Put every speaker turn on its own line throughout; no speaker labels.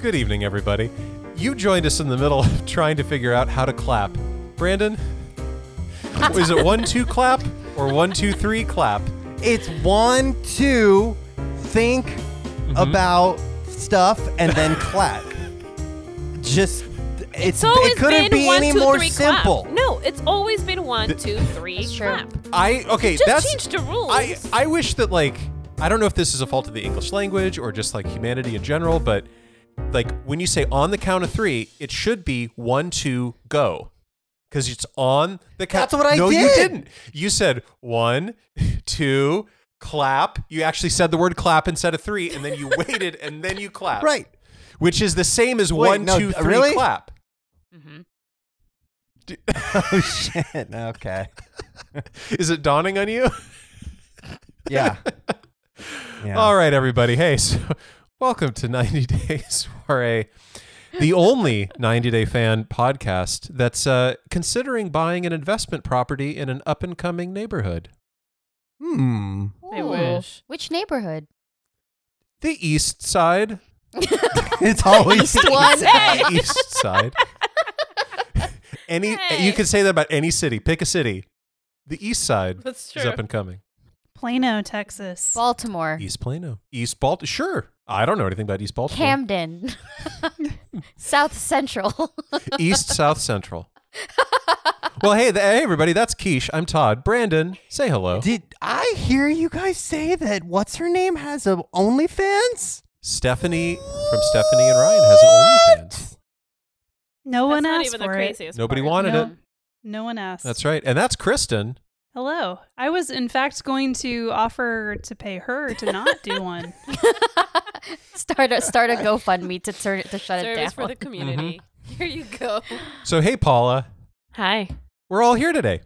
Good evening, everybody. You joined us in the middle of trying to figure out how to clap. Brandon, is it one, two, clap or one, two, three, clap?
It's one, two, think
Mm-hmm.
about stuff and then clap. Just it's,
It's always
it couldn't
been
be
one,
any
two,
more
three, clap.
simple.
No, it's always been one, two, three,
true.
clap.
I okay.
Just
that's
change the rules.
I I wish that like I don't know if this is a fault of the English language or just like humanity in general, but like when you say on the count of three, it should be one, two, go, because it's on the count.
That's what I
no, you
did.
didn't. You said one, two, clap. You actually said the word clap instead of three, and then you waited, and then you clap.
Right.
Which is the same as
Wait,
one,
no,
two, three,
really?
clap.
Oh shit. Okay.
Is it dawning on you?
Yeah. yeah.
All right, everybody. Hey, so welcome to 90 Days Soiree, the only 90 Day Fan podcast that's uh, considering buying an investment property in an up and coming neighborhood.
Hmm.
I
wish.
Which neighborhood?
The East Side.
It's always
One.
The East Side. any
Hey.
you can say that about any city. Pick a city. The East Side
That's
is
true.
up and coming.
Plano, Texas.
Baltimore.
East Plano. East Baltimore. Sure. I don't know anything about East Baltimore.
Camden. South Central.
East South Central. well, hey, th- hey, everybody. That's Keish. I'm Todd. Brandon, say hello.
Did I hear you guys say that what's her name has a OnlyFans?
Stephanie from Stephanie and Ryan has an OnlyFans.
No
That's
one
not
asked
even the
for it.
craziest
Nobody
part.
wanted
No.
it.
No one asked.
That's right, and that's Kristen.
Hello. I was in fact going to offer to pay her to not do one.
start a start a GoFundMe to turn it to shut it down.
Service for the community. Here you go.
So hey, Paula,
Hi.
we're all here today.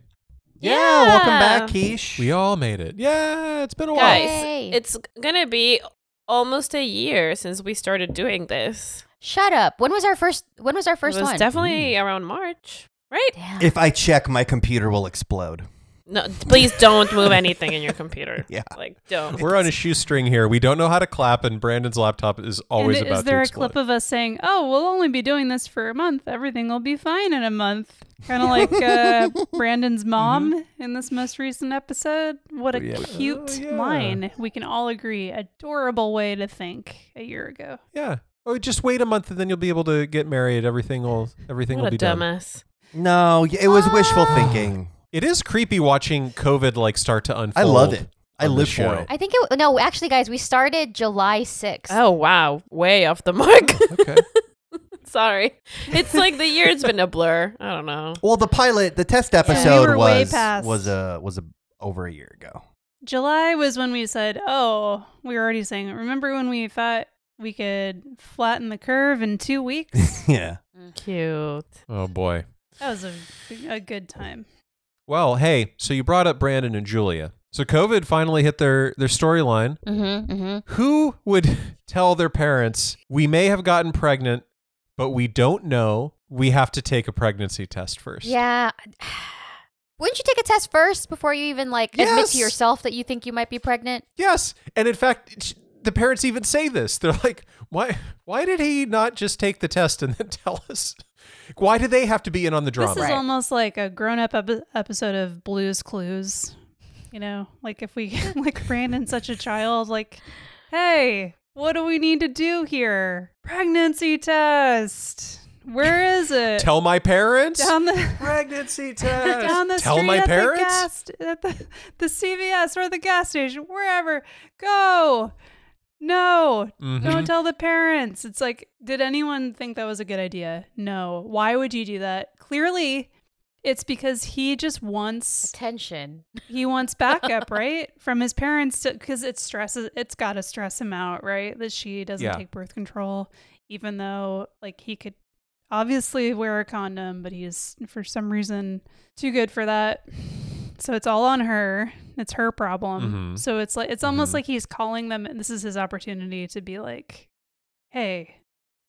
Yeah, welcome back, Keish.
We all made it. Yeah, it's been a while.
Guys,
Yay.
it's gonna be almost a year since we started doing this.
Shut up. When was our first when was our first
it was
one?
definitely around March, right?
Damn.
if I check, my computer will explode.
No, please don't move anything in your computer.
Yeah.
like don't.
We're on a shoestring here. We don't know how to clap, and Brandon's laptop is always
and
about
is there
to
a
explode.
clip of us saying, "Oh, we'll only be doing this for a month. Everything will be fine in a month." Kind of like uh, Brandon's mom in this most recent episode. What a
Yeah.
cute
Mm-hmm. Oh, yeah.
line. We can all agree. Adorable way to think a year ago.
yeah. Oh, just wait a month, and then you'll be able to get married. Everything will everything
What
will
a
be done.
dumbass.
No, y- it was
Ah.
wishful thinking.
It is creepy watching COVID like start to unfold.
I love it. I
on the
live
show.
for it.
I think it no, actually guys, we started July 6th.
Oh wow, way off the mark.
Okay.
Sorry, it's like the year's been a blur. I don't know.
Well, the pilot, the test
We
episode
were way
was
past.
was a was a over a year ago.
July was when we said, "Oh, we were already saying." it. Remember when we thought we could flatten the curve in two weeks?
Yeah.
Cute.
Oh boy.
that was a, a good time.
Well, hey, so you brought up Brandon and Julia. So COVID finally hit their their storyline.
Mm-hmm, mm-hmm.
Who would tell their parents, "We may have gotten pregnant, but we don't know. We have to take a pregnancy test first.
Yeah. Wouldn't you take a test first before you even like admit
Yes.
to yourself that you think you might be pregnant?
Yes. And in fact, it's- the parents even say this. They're like, "Why why did he not just take the test and then tell us? Why do they have to be in on the drama?"
This is
Right.
almost like a grown-up ep- episode of Blue's Clues. You know, like if we like Brandon's such a child, like, hey, what do we need to do here? Pregnancy test. Where is it?
Tell my parents?
down the
pregnancy test.
down the
Tell
street
my
at
parents?
the gas st- at the, the CVS or the gas station, wherever. Go. No,
Mhm.
don't tell the parents. It's like, did anyone think that was a good idea? No. Why would you do that? Clearly, it's because he just wants
Attention.
he wants backup, right, from his parents, because it stresses. It's got to stress him out, right, that she doesn't
Yeah.
take birth control, even though like he could obviously wear a condom, but he's for some reason too good for that. So it's all on her. It's her problem.
Mhm.
So it's like it's almost
Mhm.
like he's calling them. and This is his opportunity to be like, "Hey,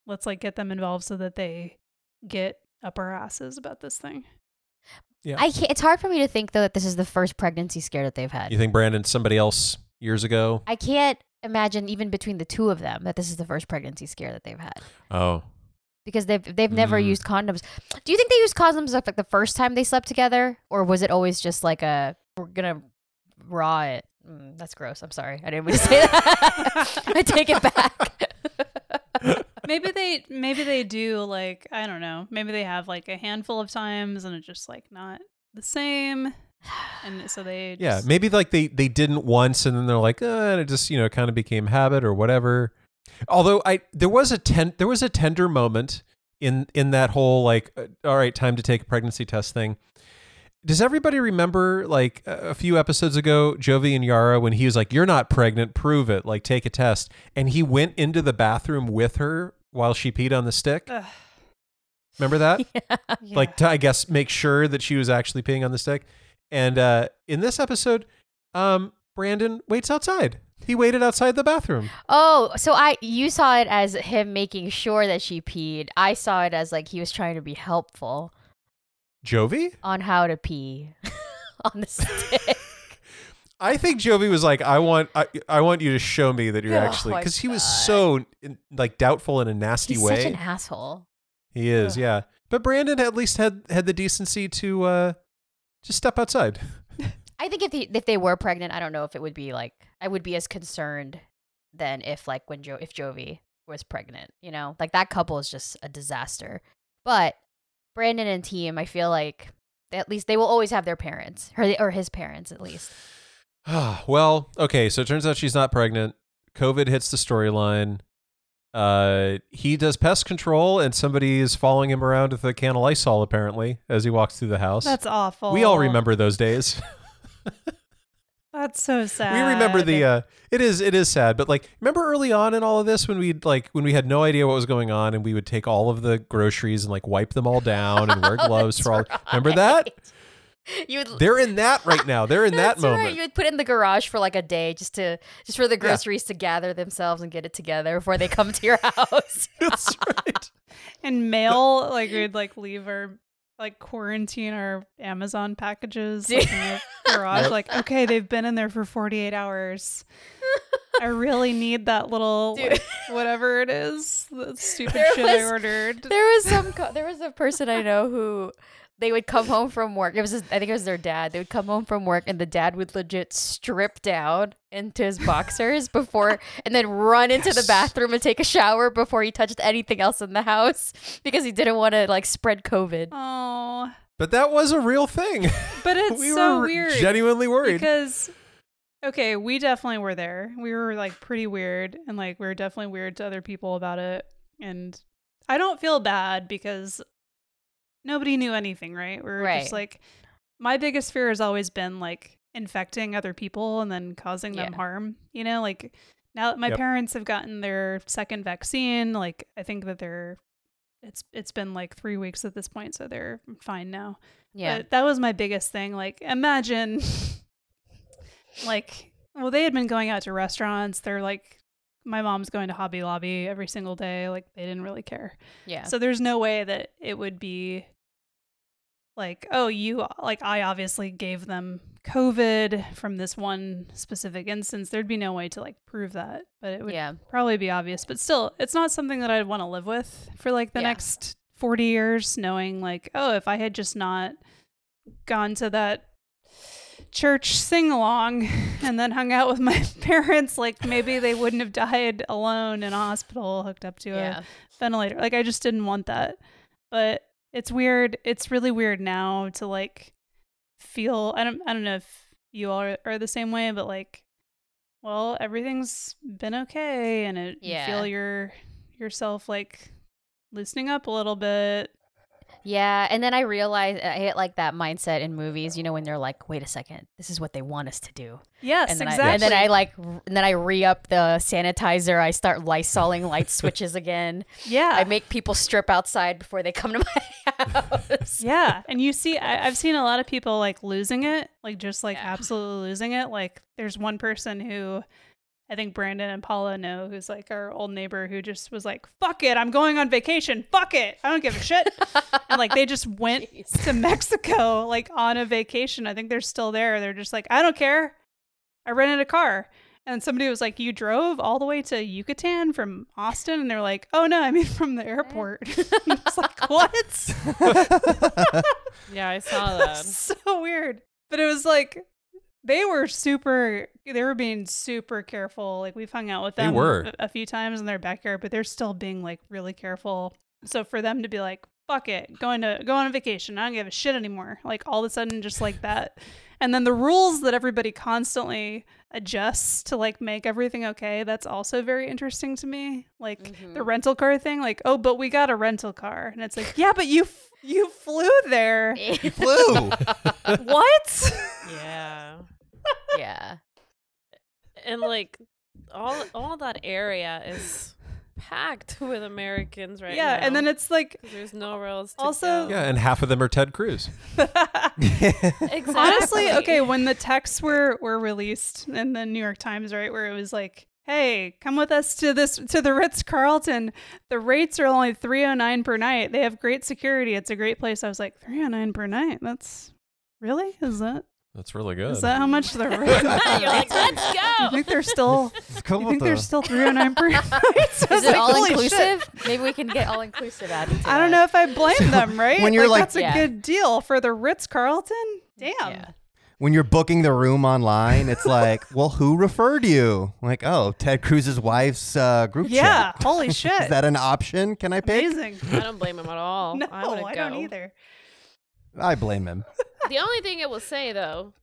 let's like get them involved so that they get up our asses about this thing."
Yeah.
I can't, it's hard for me to think though that this is the first pregnancy scare that they've had.
You think Brandon somebody else years ago?
I can't imagine even between the two of them that this is the first pregnancy scare that they've had
Oh.
because they've they've never
Mm.
used condoms. Do you think they used condoms like the first time they slept together, or was it always just like a we're gonna raw it? Mm, that's gross. I'm sorry. I didn't mean to say that. I take it back.
maybe they maybe they do like I don't know. Maybe they have like a handful of times and it's just like not the same. And so they
Yeah,
just,
maybe like they they didn't once, and then they're like, uh it just you know kind of became habit or whatever. Although I there was a ten there was a tender moment in in that whole like uh, all right time to take a pregnancy test thing. Does everybody remember like a a few episodes ago, Jovi and Yara when he was like, "You're not pregnant, prove it, like take a test," and he went into the bathroom with her while she peed on the stick.
Ugh.
Remember that?
Uh, Yeah.
like to I guess make sure that she was actually peeing on the stick. And uh, in this episode, um, Brandon waits outside. He waited outside the bathroom.
Oh, so I you saw it as him making sure that she peed. I saw it as like he was trying to be helpful
Jovi?
on how to pee on the stick.
I think Jovi was like, I want, I, I want you to show me that you're
Oh
actually
my
because he was
God.
so in, like doubtful in a nasty
He's
way.
such an asshole.
he is, yeah. But Brandon at least had had the decency to uh, just step outside.
I think if they, if they were pregnant, I don't know if it would be like I would be as concerned than if like when jo- if Jovi was pregnant, you know, like that couple is just a disaster. But Brandon and team, I feel like they, at least they will always have their parents or, or his parents at least.
well, okay. So it turns out she's not pregnant. COVID hits the storyline. Uh, he does pest control, and somebody is following him around with a can of Lysol apparently as he walks through the house.
that's awful.
we all remember those days.
That's so sad.
we remember the. Uh, it is it is sad, but like remember early on in all of this when we like when we had no idea what was going on, and we would take all of the groceries and like wipe them all down and wear gloves for all. Remember that?
You would
They're in that right now. They're in that
That's right.
moment.
You would put it in the garage for like a day just to just for the groceries to gather themselves and get it together before they come to your house.
That's right.
and mail like we'd like leave our like quarantine our Amazon packages like, in the garage.
Yep.
Like okay, they've been in there for forty eight hours. I really need that little
Dude.
like, whatever it is, the stupid
There
shit I
was-
ordered.
there was some co- there was a person I know who they would come home from work. It was his, I think it was their dad. They would come home from work and the dad would legit strip down into his boxers before and then run into the
Yes.
bathroom and take a shower before he touched anything else in the house because he didn't want to like spread COVID.
Oh,
But that was a real thing.
but it's
we
so
were
weird.
genuinely worried.
because okay we definitely were there we were like pretty weird and like we were definitely weird to other people about it and i don't feel bad because nobody knew anything right we were
Right.
just like my biggest fear has always been like infecting other people and then causing them
Yeah.
harm you know like now that my
Yep.
parents have gotten their second vaccine like i think that they're it's it's been like three weeks at this point so they're fine now
Yeah.
but that was my biggest thing. Like, imagine, like, well, they had been going out to restaurants. They're like, my mom's going to Hobby Lobby every single day. Like, they didn't really care.
yeah.
So there's no way that it would be like, oh, you, like, I obviously gave them COVID from this one specific instance. There'd be no way to like prove that, but it would
yeah.
probably be obvious, but still, it's not something that I'd want to live with for like the
Yeah.
next 40 years, knowing like, oh, if I had just not gone to that church sing along and then hung out with my parents, like maybe they wouldn't have died alone in a hospital hooked up to a
Yeah.
ventilator. Like I just didn't want that. But it's weird. It's really weird now to like feel I don't I don't know if you all are, are the same way, but like well, everything's been okay and it you
Yeah.
feel your yourself like loosening up a little bit.
Yeah, and then I realized I hit like that mindset in movies, you know, when they're like, "Wait a second, this is what they want us to do,"
Yes,
and then
exactly.
I, and then I like, r- and then I re up the sanitizer. I start lysoling light switches again.
yeah.
I make people strip outside before they come to my house.
yeah and you see I, i've seen a lot of people like losing it like just like
Yeah.
absolutely losing it like there's one person who i think brandon and paula know who's like our old neighbor who just was like fuck it i'm going on vacation fuck it i don't give a shit and like they just went
Jeez.
to mexico like on a vacation i think they're still there they're just like i don't care i rented a car And somebody was like, You drove all the way to Yucatan from Austin? And they're like, Oh, no, I mean from the airport. it's like, What?
Yeah, I saw that.
so weird. But it was like, they were super, they were being super careful. Like, we've hung out with
They
them
were.
A, a few times in their backyard, but they're still being like really careful. So for them to be like, Fuck it, going to go on a vacation. I don't give a shit anymore. Like all of a sudden, just like that. And then the rules that everybody constantly adjusts to like make everything okay. That's also very interesting to me. Like
Mm-hmm.
the rental car thing, like, oh, but we got a rental car. And it's like, yeah, but you f- you flew there.
Blue.
what?
Yeah.
yeah.
And like all all that area is packed with Americans right
yeah,
now.
and then it's like
there's nowhere else to
Also-
go.
Yeah, and half of them are Ted Cruz.
Exactly.
honestly, okay, when the texts were were released in the New York Times, right, where it was like, "Hey, come with us to this to the Ritz Carlton. The rates are only 309 per night. They have great security. It's a great place." I was like, "309 per night? That's Really? Is that
That's really
is
good.
that how much the
You're like,
rates?
let's
You
go.
think they're still? You think they're still 309 per night? So I
Is
was
it
like,
all
"Holy shit."
inclusive? Maybe we can get all inclusive out of
I don't know if I blame them, right?
when you're like-
that's a
Yeah.
good deal for the Ritz Carlton. Damn.
Yeah.
when you're booking the room online, it's like, well, who referred you? Like, oh, Ted Cruz's wife's uh, group
Yeah,
chat.
holy shit.
Is that an option? Can I pick?
amazing?
I don't blame him at all.
No,
I, wouldn't
I don't
go.
either.
I blame him.
The only thing I will say though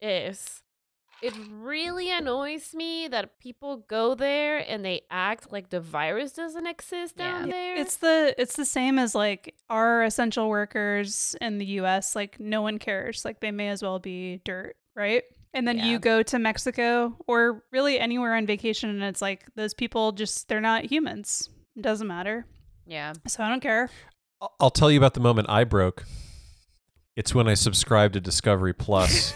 is it really annoys me that people go there and they act like the virus doesn't exist down
Yeah.
there.
It's the it's the same as like our essential workers in the US, like no one cares. Like they may as well be dirt, right? And then
Yeah.
you go to Mexico or really anywhere on vacation and it's like those people just they're not humans. It doesn't matter.
Yeah.
So I don't care.
I'll- I'll tell you about the moment I broke. It's when I subscribed to Discovery Plus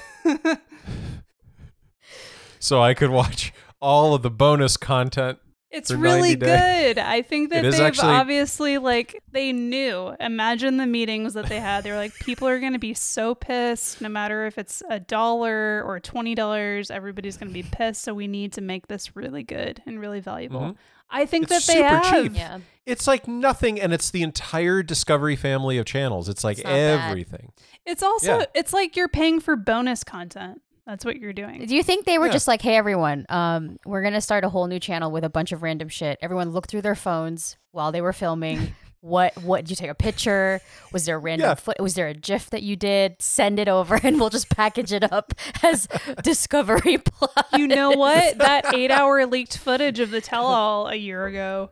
so I could watch all of the bonus content.
It's
for 90
really
days.
good. I think that
It is
they've
actually-
obviously like they knew. Imagine the meetings that they had. They were like, people are gonna be so pissed, no matter if it's a dollar or twenty dollars, everybody's gonna be pissed. So we need to make this really good and really valuable.
Mhm.
I think
It's
that they
super
have.
cheap.
Yeah.
It's like nothing, and it's the entire Discovery family of channels. It's like
It's not bad.
everything.
It's also
Yeah.
it's like you're paying for bonus content. That's what you're doing.
Do you think they were
Yeah.
just like, hey, everyone, um, we're going to start a whole new channel with a bunch of random shit. Everyone looked through their phones while they were filming. What what did you take a picture? Was there a random
Yeah.
foot was there a gif that you did? Send it over and we'll just package it up as Discovery Plus.
You know what? That eight hour leaked footage of the tell all a year ago.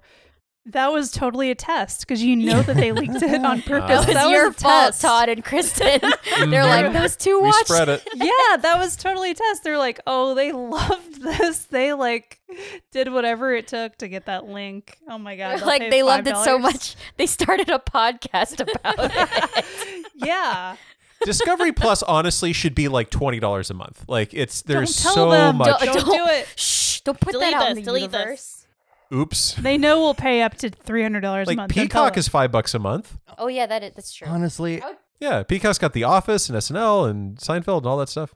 That was totally a test because you know that they leaked it on purpose.
That
That was
that
your
was a
fault,
test.
Todd and Kristen. They're like, those two
Mm-hmm. We
watched
spread it.
yeah, that was totally a test. They're like, oh, they loved this. They like did whatever it took to get that link. Oh my god,
They're
they'll
like
pay
they loved it so
$5.
much they started a podcast about it.
Yeah,
Discovery Plus honestly should be like twenty dollars a month. Like it's there's
tell
so
them.
much.
Don't- do it.
Shh, don't put
delete
that out
us,
in the
delete
universe.
us.
Oops.
they know we'll pay up to three hundred dollars a
Like
month. Don't tell
Peacock
them.
is five bucks a month.
Oh yeah, that is, that's true.
Honestly,
Yeah, Peacock's got The Office and SNL and Seinfeld and all that stuff.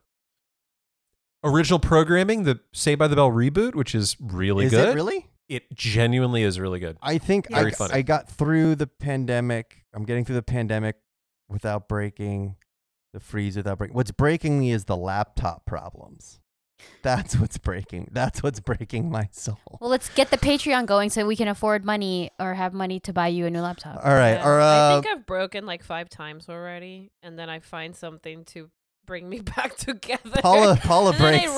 Original programming, the Say by the Bell reboot, which is really
is
good.
it really?
It genuinely is really good.
I think
Very
I,
funny.
I got through the pandemic. I'm getting through the pandemic without breaking the freeze, without breaking. What's breaking me is the laptop problems. That's what's breaking. That's what's breaking my soul.
Well, let's get the Patreon going so we can afford money or have money to buy you a new laptop.
All right.
Yeah.
Or,
I
uh,
think I've broken like five times already, and then I find something to bring me back together.
Paula, Paula
and
breaks.
then I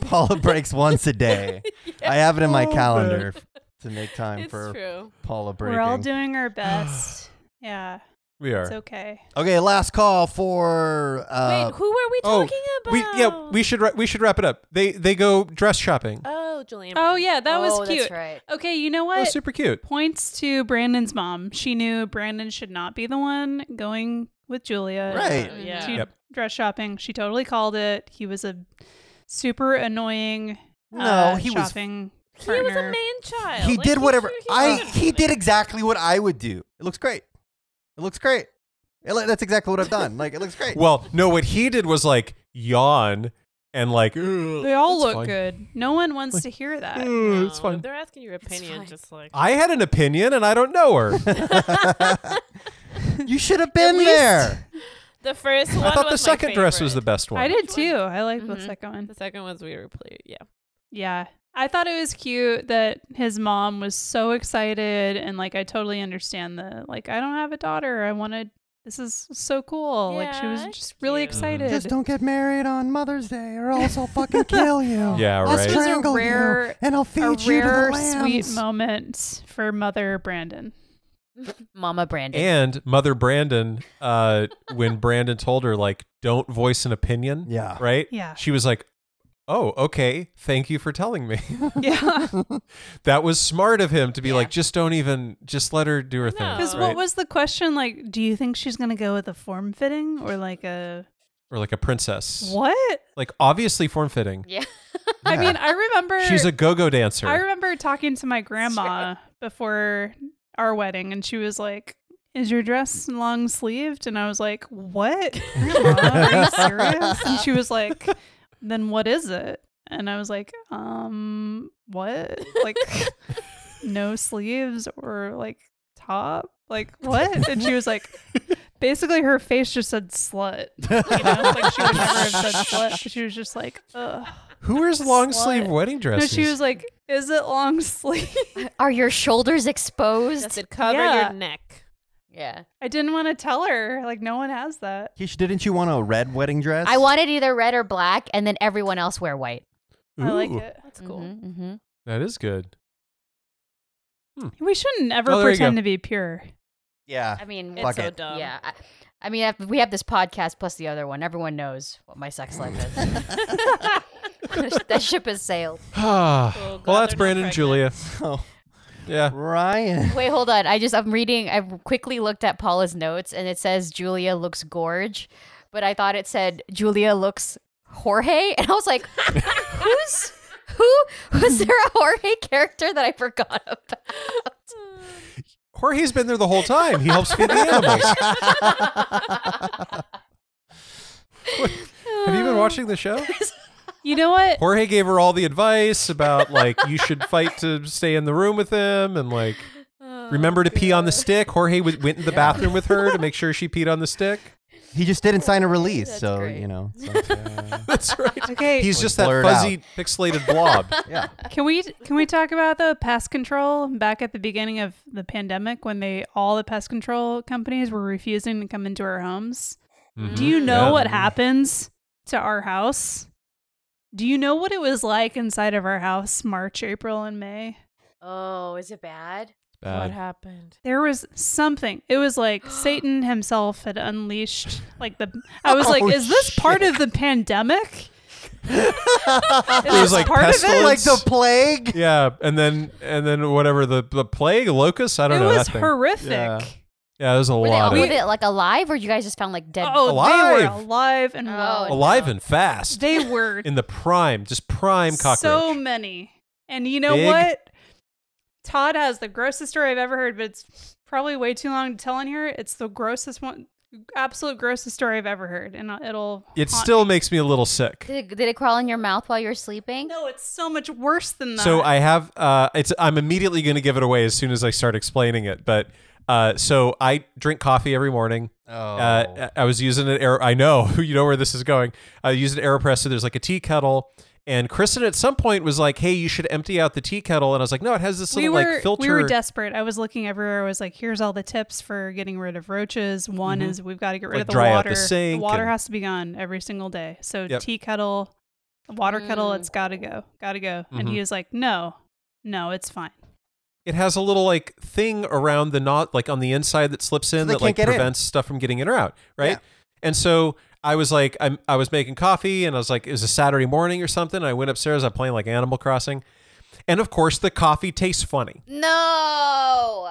Paula breaks once a day. I have it in my
Oh,
calendar f- to make time
it's
for
true.
Paula breaking.
We're all doing our best. yeah,
We are.
it's okay.
okay, last call for. Uh,
Wait, who were we
oh,
talking about?
we yeah, we should ra- we should wrap it up. They they go dress shopping.
Oh, Julian.
Oh yeah, that was cute.
That's right.
Okay, you know
That
what?
was super cute.
Points to Brandon's mom. She knew Brandon should not be the one going with Julia.
Right.
Oh, yeah.
to
Yep.
dress shopping. She totally called it. He was a super annoying.
No,
uh,
he was-
shopping
He was a
partner.
man child.
he
Like,
did whatever.
should-
I
should have
he
done
did
it.
exactly what I would do. It looks great. It looks great. It, li- that's exactly what I've done. Like it looks great.
Well, no, what he did was like yawn and like
They all
That's
look
fine. mm.
good. No one wants to hear that.
"Ugh, it's
No,
fine.
They're asking your opinion,
fine.
just like
I had an opinion and I don't know her.
you should have been
least-
there.
the first one.
I thought the
was my
second dress was the
favorite.
best one.
I did
Which
too.
one?
I like the
Mhm.
second one.
The second one's we were playing. Yeah,
Yeah. I thought it was cute that his mom was so excited and like I totally understand the like I don't have a daughter. I wanted this is so cool. like she
Yeah,
was
it's
just really
cute.
excited.
Just don't get married on Mother's Day, or else I'll fucking kill you.
Yeah,
I'll
right.
This was a
strangle you,
rare-
and I'll feed
a
you to
rare
the
sweet
lambs.
moment for mother Brandon.
Mama Brandon.
And Mother Brandon, uh, when Brandon told her like, "Don't voice an opinion,"
Yeah.
right?
Yeah.
She was like, "Oh, okay. Thank you for telling me."
yeah.
that was smart of him to be
Yeah.
like, "Just don't even. Just let her do her thing."
No.
Because
right?
what was the question like? Do you think she's gonna go with a form fitting or like a
or like a princess?
what?
Like obviously form fitting.
Yeah.
I
Yeah.
mean, I remember
She's a go-go dancer.
I remember talking to my grandma before our wedding, and she was like, "Is your dress long sleeved?" And I was like, "What? Grandma, are you serious?" And she was like, "Then what is it?" And I was like, "Um, what? Like, no sleeves or like top? Like what?" And she was like. Basically, her face just said "slut." You know, like she would never have said "slut." She was just like, "Ugh."
Who wears long sleeve
Slut.
wedding
No,
dresses?
she was like, "Is it long sleeve?"
Are your shoulders exposed?
does it cover
Yeah.
your neck?
yeah.
I didn't want to tell her. Like, no one has that.
Keisha, didn't you want a red wedding dress?
I wanted either red or black, and then everyone else wear white.
I like
Ooh,
it.
That's cool.
Mhm, mhm.
That is good.
We shouldn't ever
Oh, there you
pretend
go.
to be pure.
Yeah.
I mean,
It's uh,
Fuck
so
it.
dumb.
yeah. I, I mean, if we have this podcast plus the other one. Everyone knows what my sex life is. that ship has sailed.
well,
glad
that's
they're not
Brandon and Julia.
Oh,
Yeah.
Ryan.
Wait, hold on. I just I'm reading. I quickly looked at Paula's notes, and it says Julia looks gorge, but I thought it said Julia looks Jorge, and I was like, who's who? Was there a Jorge character that I forgot about?
Jorge's been there the whole time. He helps feed the animals. Have you been watching the show?
You know what?
Jorge gave her all the advice about like you should fight to stay in the room with him and like
Oh,
remember to pee on the stick. Jorge w- went in the bathroom with her to make sure she peed on the stick.
He just didn't sign a release,
That's
so
great.
you know. it's like, uh,
That's right.
Okay.
He's
Like
just that
blurred
fuzzy pixelated blob.
yeah.
Can we can we talk about the pest control back at the beginning of the pandemic when they all the pest control companies were refusing to come into our homes?
Mm-hmm.
Do you know
Yeah.
what happens to our house? Do you know what it was like inside of our house March, April, and May?
oh, is it bad?
What
Bad.
happened?
There was something. It was like Satan himself had unleashed like the I was like,
Oh,
is this part of the pandemic? Is
was
this
like
part of
pestilence.
it?
like the plague.
Yeah, and then and then whatever the the plague locust. I don't
it
know
was
that thing.
horrific.
Yeah.
yeah, there's a
Were they,
lot
all-
of
were they like alive, or you guys just found like dead?
Oh, they
Alive.
were alive and
Oh,
well.
alive and fast
They were
in the prime, just prime cockroach.
so many. And you know
Big.
what? Todd has the grossest story I've ever heard, but it's probably way too long to tell in here. It's the grossest one, absolute grossest story I've ever heard, and uh, it'll.
it
haunt
still makes me a little sick.
Did it, did it crawl in your mouth while you were sleeping?
No, it's so much worse than that.
So I have uh it's I'm immediately going to give it away as soon as I start explaining it, but uh so I drink coffee every morning.
Oh.
Uh, I I was using an air I know, you know where this is going. I used an AeroPress, so there's like a tea kettle and Kristen at some point was like, "Hey, you should empty out the tea kettle." And I was like, "No, it has this
we
little
were
like filter."
we were desperate. I was looking everywhere. I was like, "Here's all the tips for getting rid of roaches. One
Mhm.
is we've got to get rid
Like
of the
dry out the
water.
sink
water
and-
has to be gone every single day. So
Yep.
tea kettle, water kettle,
Mm.
it's got to go, got to go." And
Mhm.
he was like, "No, no, it's fine."
it has a little like thing around the knot, like on the inside that slips in
they
that like
can't get in.
prevents stuff from getting in or out, right?
Yeah.
And so I was like, I'm, I was making coffee, and I was like, it was a Saturday morning or something. I went upstairs, I'm playing like Animal Crossing, and of course the coffee tastes funny.
No.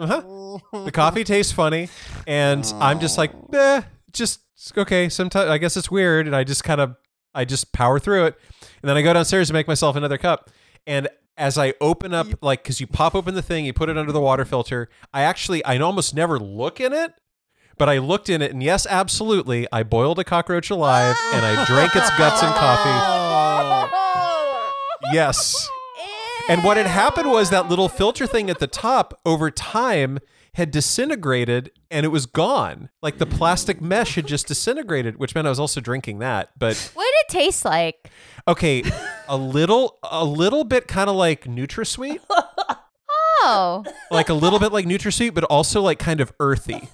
Uh-huh. The coffee tastes funny, and I'm just like, eh, just okay. Sometimes I guess it's weird, and I just kind of, I just power through it, and then I go downstairs to make myself another cup, and as I open up, like, because you pop open the thing, you put it under the water filter. I actually, I almost never look in it, But I looked in it, and yes, absolutely, I boiled a cockroach alive and I drank its guts and coffee. Yes. And what had happened was that little filter thing at the top over time had disintegrated and it was gone. Like the plastic mesh had just disintegrated, which meant I was also drinking that. But
What did it taste like?
okay, a little a little bit kind of like NutraSweet,
Oh,
like a little bit like NutraSweet, but also like kind of earthy.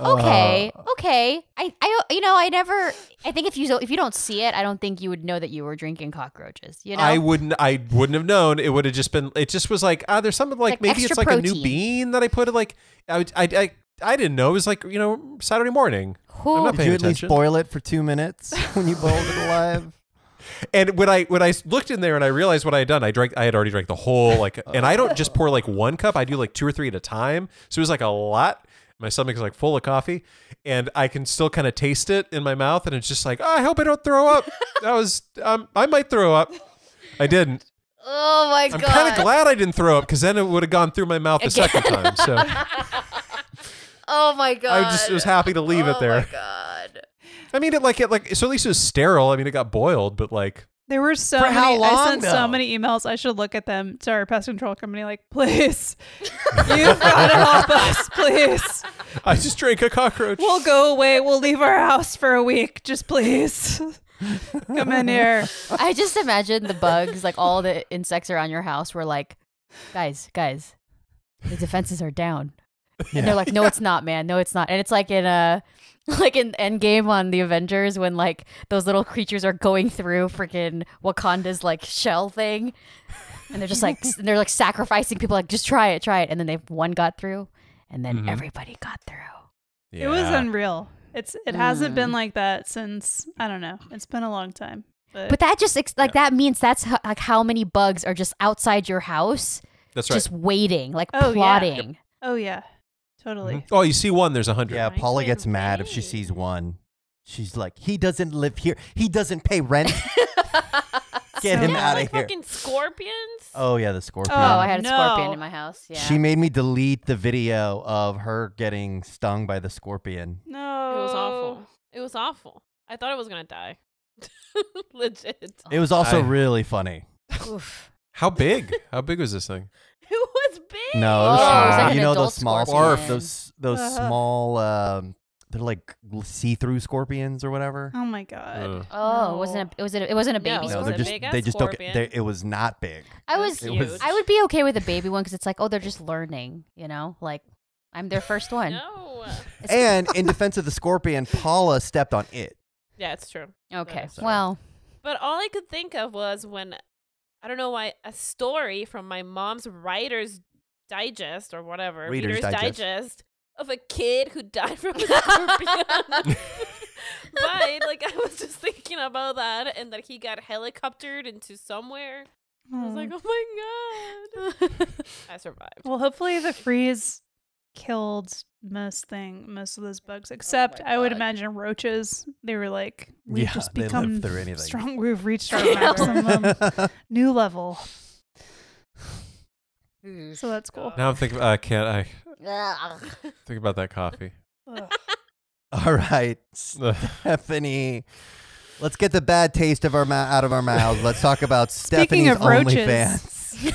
okay,
Uh-huh.
okay. I, I, you know, I never. I think if you if you don't see it, I don't think you would know that you were drinking cockroaches. You know,
I wouldn't I wouldn't have known. It would have just been it just was like, ah, there's something like,
like
maybe it's
extra
like a new
protein.
bean that I put it like I would- I I, I didn't know. It was like, you know, Saturday morning. I'm
who
not
Did you
paying
at least
attention.
boil it for two minutes when you boiled it alive?
And when I when I looked in there and I realized what I had done, I drank I had already drank the whole like and I don't just pour like one cup, I do like two or three at a time. So it was like a lot. My stomach is like full of coffee and I can still kind of taste it in my mouth and it's just like, "Oh, I hope I don't throw up. That was um, I might throw up. I didn't.
Oh my
I'm
god.
kind of glad I didn't throw up because then it would have gone through my mouth the second time. So
Oh my god.
I just was happy to leave
oh
it there.
My god.
I mean, it like it like so at least it was sterile. I mean, it got boiled, but like
There were so
For
many.
how long,
I sent
though?
so many emails. I should look at them to our pest control company. Like, please, you've got to help us. Please,
I just drank a cockroach.
we'll go away. We'll leave our house for a week. Just please, come in here.
I just imagine the bugs, like all the insects around your house, were like, guys, guys, the defenses are down. And they're like, no, it's not, man. No, it's not. And it's like in a. Like in Endgame on the Avengers, when like those little creatures are going through freaking Wakanda's like shell thing, and they're just like s- and they're like sacrificing people, like just try it, try it, and then they one got through, and then
Mhm.
everybody got through.
Yeah.
It was unreal. It's it hasn't been
Mm.
like that since I don't know. It's been a long time. But,
But that just ex- like that means that's ho- like how many bugs are just outside your house
That's right.
just waiting, like
Oh, yeah.
plotting.
oh yeah, totally.
Mm-hmm.
oh, you see one, there's a hundred.
Yeah,
Right
Paula
to
gets mad if she
right.
sees one. She's like, he doesn't live here. He doesn't pay rent. Get
So-
him
Yeah,
out
like
of here.
fucking scorpions.
Oh yeah, the scorpion.
Oh, I had a
No.
scorpion in my house. Yeah.
She made me delete the video of her getting stung by the scorpion.
No,
It was
Oh.
awful. It was awful. I thought I was gonna die. Legit.
It was also
I-
really funny.
Oof.
How big? How big was this thing?
It was big.
No, it was
Oh,
small.
is that an
you know
adult
those small
scorpion?
those those
Uh-huh.
small um they're like see-through scorpions or whatever.
Oh my god.
Uh,
Oh, it wasn't a, it wasn't a, it wasn't a
No.
baby
No,
no, they're
scorpion.
was a
just
big-ass
they just don't get,
scorpion.
they, it was not big.
I
It
was
It was-
huge.
I would be okay with a baby one because it's like, oh, they're just learning, you know, like I'm their first one.
No.
It's-
And in defense of the scorpion, Paula stepped on it.
Yeah, it's true.
Okay.
Sorry.
Well,
But all I could think of was when I don't know why a story from my mom's writer's digest or whatever
Reader's Digest.
of a kid who died from a scorpion. but like I was just thinking about that and that he got helicoptered into somewhere. I was
Hmm.
like, oh my god, I survived.
Well, hopefully the freeze killed most thing, most of those bugs. Except I would
Oh God.
imagine roaches. They were like we've
Yeah,
just
they live
become
through anything.
strong. We've reached our
Yeah.
maximum new level. So that's cool.
now I'm thinking. I can't. I
Ugh.
think about that coffee.
Hmm.
Ugh.
All right,
Ugh.
Stephanie. Let's get the bad taste of our mou- out of our mouths. Let's talk about
Speaking
Stephanie's
of roaches,
OnlyFans.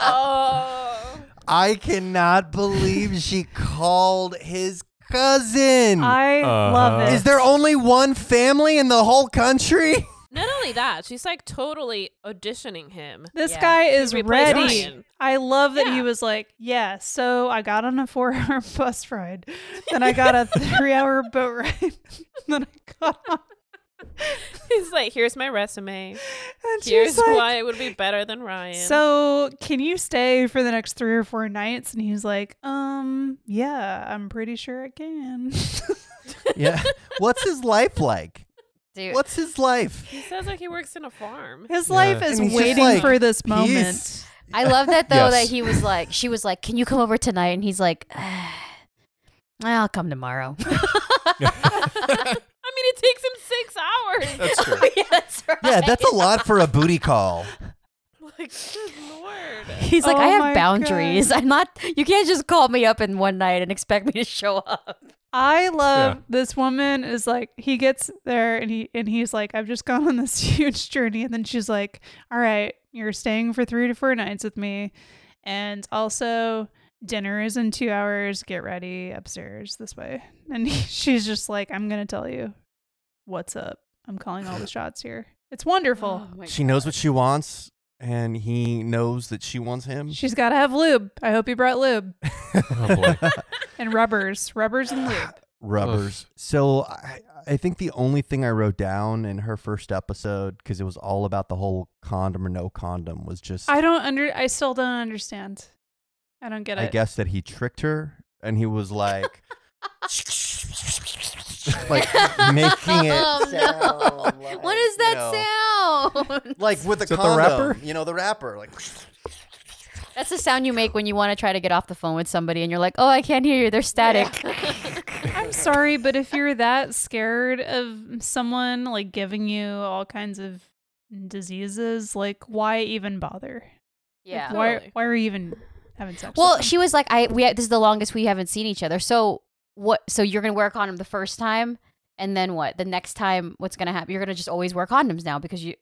oh,
I cannot believe she called his cousin.
I love
Uh-huh.
it.
Is there only one family in the whole country?
not only that, she's like totally auditioning him.
This
Yeah.
guy is
replace
ready.
Ryan.
I love that he
Yeah.
was like, yeah, so I got on a four hour bus ride. Then I got a three hour boat ride. then I got on.
He's like, here's my resume.
And
Here's
she's like,
why it would be better than Ryan.
So can you stay for the next three or four nights? And he's like, um, yeah, I'm pretty sure I can.
Yeah. What's his life like?
dude.
What's his life?
he says like he works in a farm.
His life
Yeah.
is
And he's just
waiting
like,
for this moment.
He's-
I love that though.
Yes.
That he was like, she was like, "Can you come over tonight?" And he's like, "Ah, "I'll come tomorrow."
I mean, it takes him six hours.
That's true.
yeah, that's right.
Yeah, that's a lot for a booty call.
like, good lord.
He's like, I
Oh
have
my
boundaries.
God.
I'm not. You can't just call me up in one night and expect me to show up.
I love
Yeah.
this woman is like he gets there and he and he's like I've just gone on this huge journey and then she's like all right you're staying for 3 to 4 nights with me and also dinner is in 2 hours get ready upstairs this way and he, she's just like I'm going to tell you what's up I'm calling all the shots here it's wonderful
She knows what she wants, and he knows that she wants him.
she's got to have lube I hope you brought lube
Oh, boy.
and rubbers rubbers and lube
Rubbers. So I, I think the only thing I wrote down in her first episode, because it was all about the whole condom or no condom, was just
I don't under I still don't understand I don't get it
I guess that he tricked her and he was like like making it
Oh, no.
sound like,
What is
you know,
that sound?
Like with the
that the
condom,
rapper?
you know, the rapper, like
That's the sound you make when you want to try to get off the phone with somebody and you're like, oh, I can't hear you. They're static.
I'm sorry, but if you're that scared of someone like giving you all kinds of diseases, like why even bother? Like,
Yeah.
why
Totally.
why are you even having sex? with
Well,
them?
she was like, I we this is the longest we haven't seen each other. So what? So you're gonna wear a condom the first time, and then what? The next time, what's gonna happen? You're gonna just always wear condoms now because you.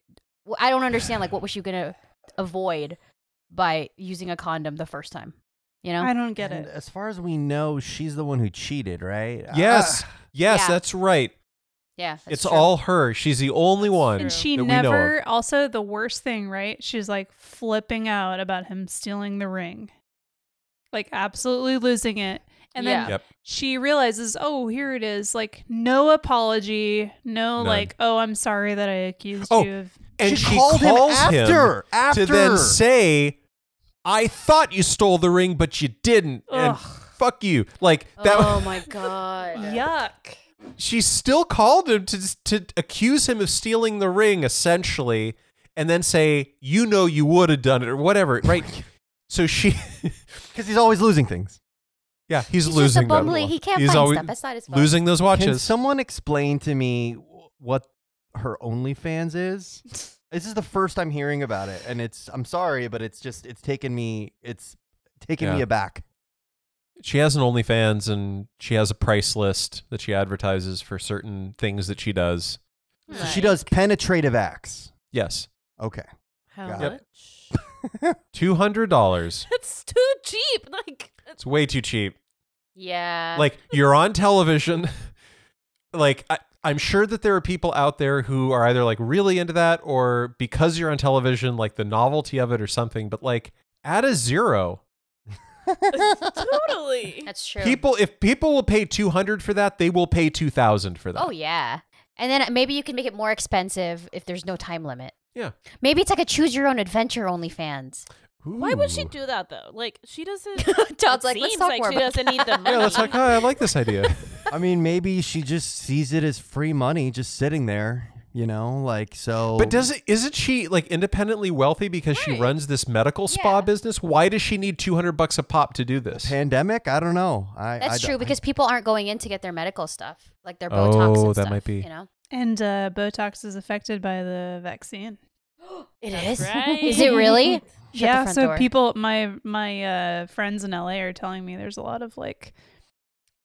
Well, I don't understand. Like, what was you gonna avoid by using a condom the first time? You know.
I don't get
and
it.
uh,
As far as we know, she's the one who cheated, right?
Yes.
Ah,
Yes,
Yeah.
that's right.
yeah. that's
it's
true.
all her. She's the only one.
And she
that we know
never. Also, the worst thing, right? She's like flipping out about him stealing the ring, like absolutely losing it. And then
Yeah.
Yep.
she realizes, oh, here it is. Like no apology, no
None.
like, oh, I'm sorry that I accused
Oh,
you of
And
she
she
called him
calls
after- after.
to then say, "I thought you stole the ring, but you didn't." And
Ugh.
fuck you. Like that.
Oh my god.
yuck.
she still called him to to accuse him of stealing the ring, essentially, and then say, "You know, you would have done it, or whatever." Right. so she.
Because he's always losing things.
Yeah, he's,
He's just a
losing them.
bumbling. He can't
He's
find
always
stuff. That's not his fault.
losing those
Can
watches.
someone explain to me wh- what her OnlyFans is? This is the first I'm hearing about it, and it's I'm sorry, but it's just it's taken me it's taken me
Yeah.
aback.
she has an OnlyFans and she has a price list that she advertises for certain things that she does.
So she does penetrative acts.
Yes,
Okay.
How
Got
it.
much?
two hundred dollars.
That's too cheap. Like
It's way too cheap.
Yeah.
Like you're on television. like I, I'm sure that there are people out there who are either like really into that or because you're on television, like the novelty of it or something. But like at a zero,
totally.
That's true.
people if people will pay two hundred for that, they will pay two thousand for that.
Oh yeah. And then maybe you can make it more expensive if there's no time limit.
Yeah.
Maybe it's like a choose your own adventure OnlyFans.
Why would she
Ooh.
do that though? Like she doesn't.
Todd's
it
like, let's
seems
talk
like
more
she
about
doesn't need the money.
Yeah, that's like, oh, I like this idea.
I mean, maybe she just sees it as free money just sitting there, you know, like so
But does it isn't she like independently wealthy because she
Right.
runs this medical spa
Yeah.
business? Why does she need two hundred bucks a pop to do this?
pandemic? I don't know. I
That's
I
true
don't-
because people aren't going in to get their medical stuff, like their
Oh,
Botox and
that
stuff,
might be.
You know,
And uh, Botox is affected by the vaccine.
it
That's
is.
right.
Is it really? Shut the
yeah,
front
so
door.
people, my my uh, friends in LA are telling me there's a lot of like